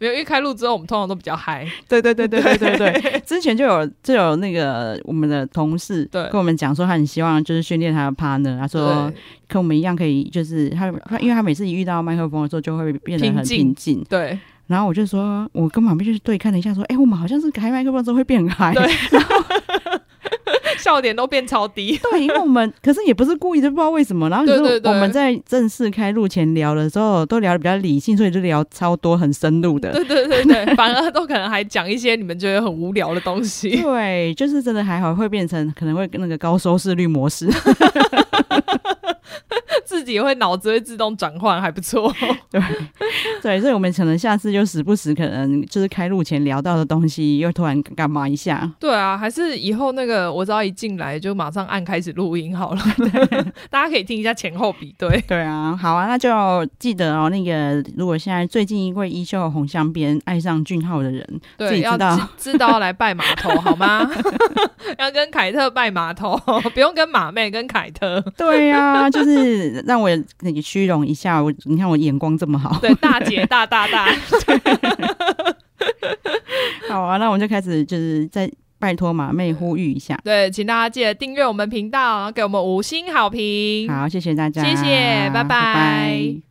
Speaker 2: 没有，因为开录之后我们通常都比较嗨，
Speaker 1: 对对对对对对 对，之前就有就有那个我们的同事
Speaker 2: 对
Speaker 1: 跟我们讲说，他很希望就是训练他的 partner，他说跟我们一样可以，就是他他因为他每次一遇到麦克风的时候就会变得很
Speaker 2: 平静
Speaker 1: 平静，
Speaker 2: 对
Speaker 1: 然后我就说，我跟旁边就是对看了一下，说，哎、我们好像是开麦克风之后会变嗨，
Speaker 2: 对对，笑点都变超低，
Speaker 1: 对，因为我们可是也不是故意的，不知道为什么。然后可
Speaker 2: 对
Speaker 1: 是
Speaker 2: 对对
Speaker 1: 我们在正式开录前聊的时候，都聊的比较理性，所以就聊超多很深入的。
Speaker 2: 对对对 对，反而都可能还讲一些你们觉得很无聊的东西。
Speaker 1: 对，就是真的还好，会变成可能会那个高收视率模 式。
Speaker 2: 自己会脑子会自动转换，还不错。
Speaker 1: 对，对，所以我们可能下次就时不时可能就是开录前聊到的东西，又突然干嘛一下。
Speaker 2: 对啊，还是以后那个我只要一进来就马上按开始录音 好了，大家可以听一下前后比对。
Speaker 1: 对啊，好啊，那就记得哦。那个，如果现在最近因为衣袖红镶边爱上俊浩的人，自己
Speaker 2: 对，
Speaker 1: 知
Speaker 2: 要
Speaker 1: 道
Speaker 2: 知知道要来拜码 头好吗？ 要跟凯特拜码头， 不用跟马妹，跟凯 特。
Speaker 1: 对呀、
Speaker 2: 啊
Speaker 1: 就是让我那个虚荣一下。我你看我眼光这么好，
Speaker 2: 对，大姐大大大，
Speaker 1: 好啊，那我们就开始就是再拜托马妹呼吁一下。
Speaker 2: 对，请大家记得订阅我们频道，然后给我们五星好评。
Speaker 1: 好，谢谢大家，
Speaker 2: 嗯谢谢拜拜
Speaker 1: 拜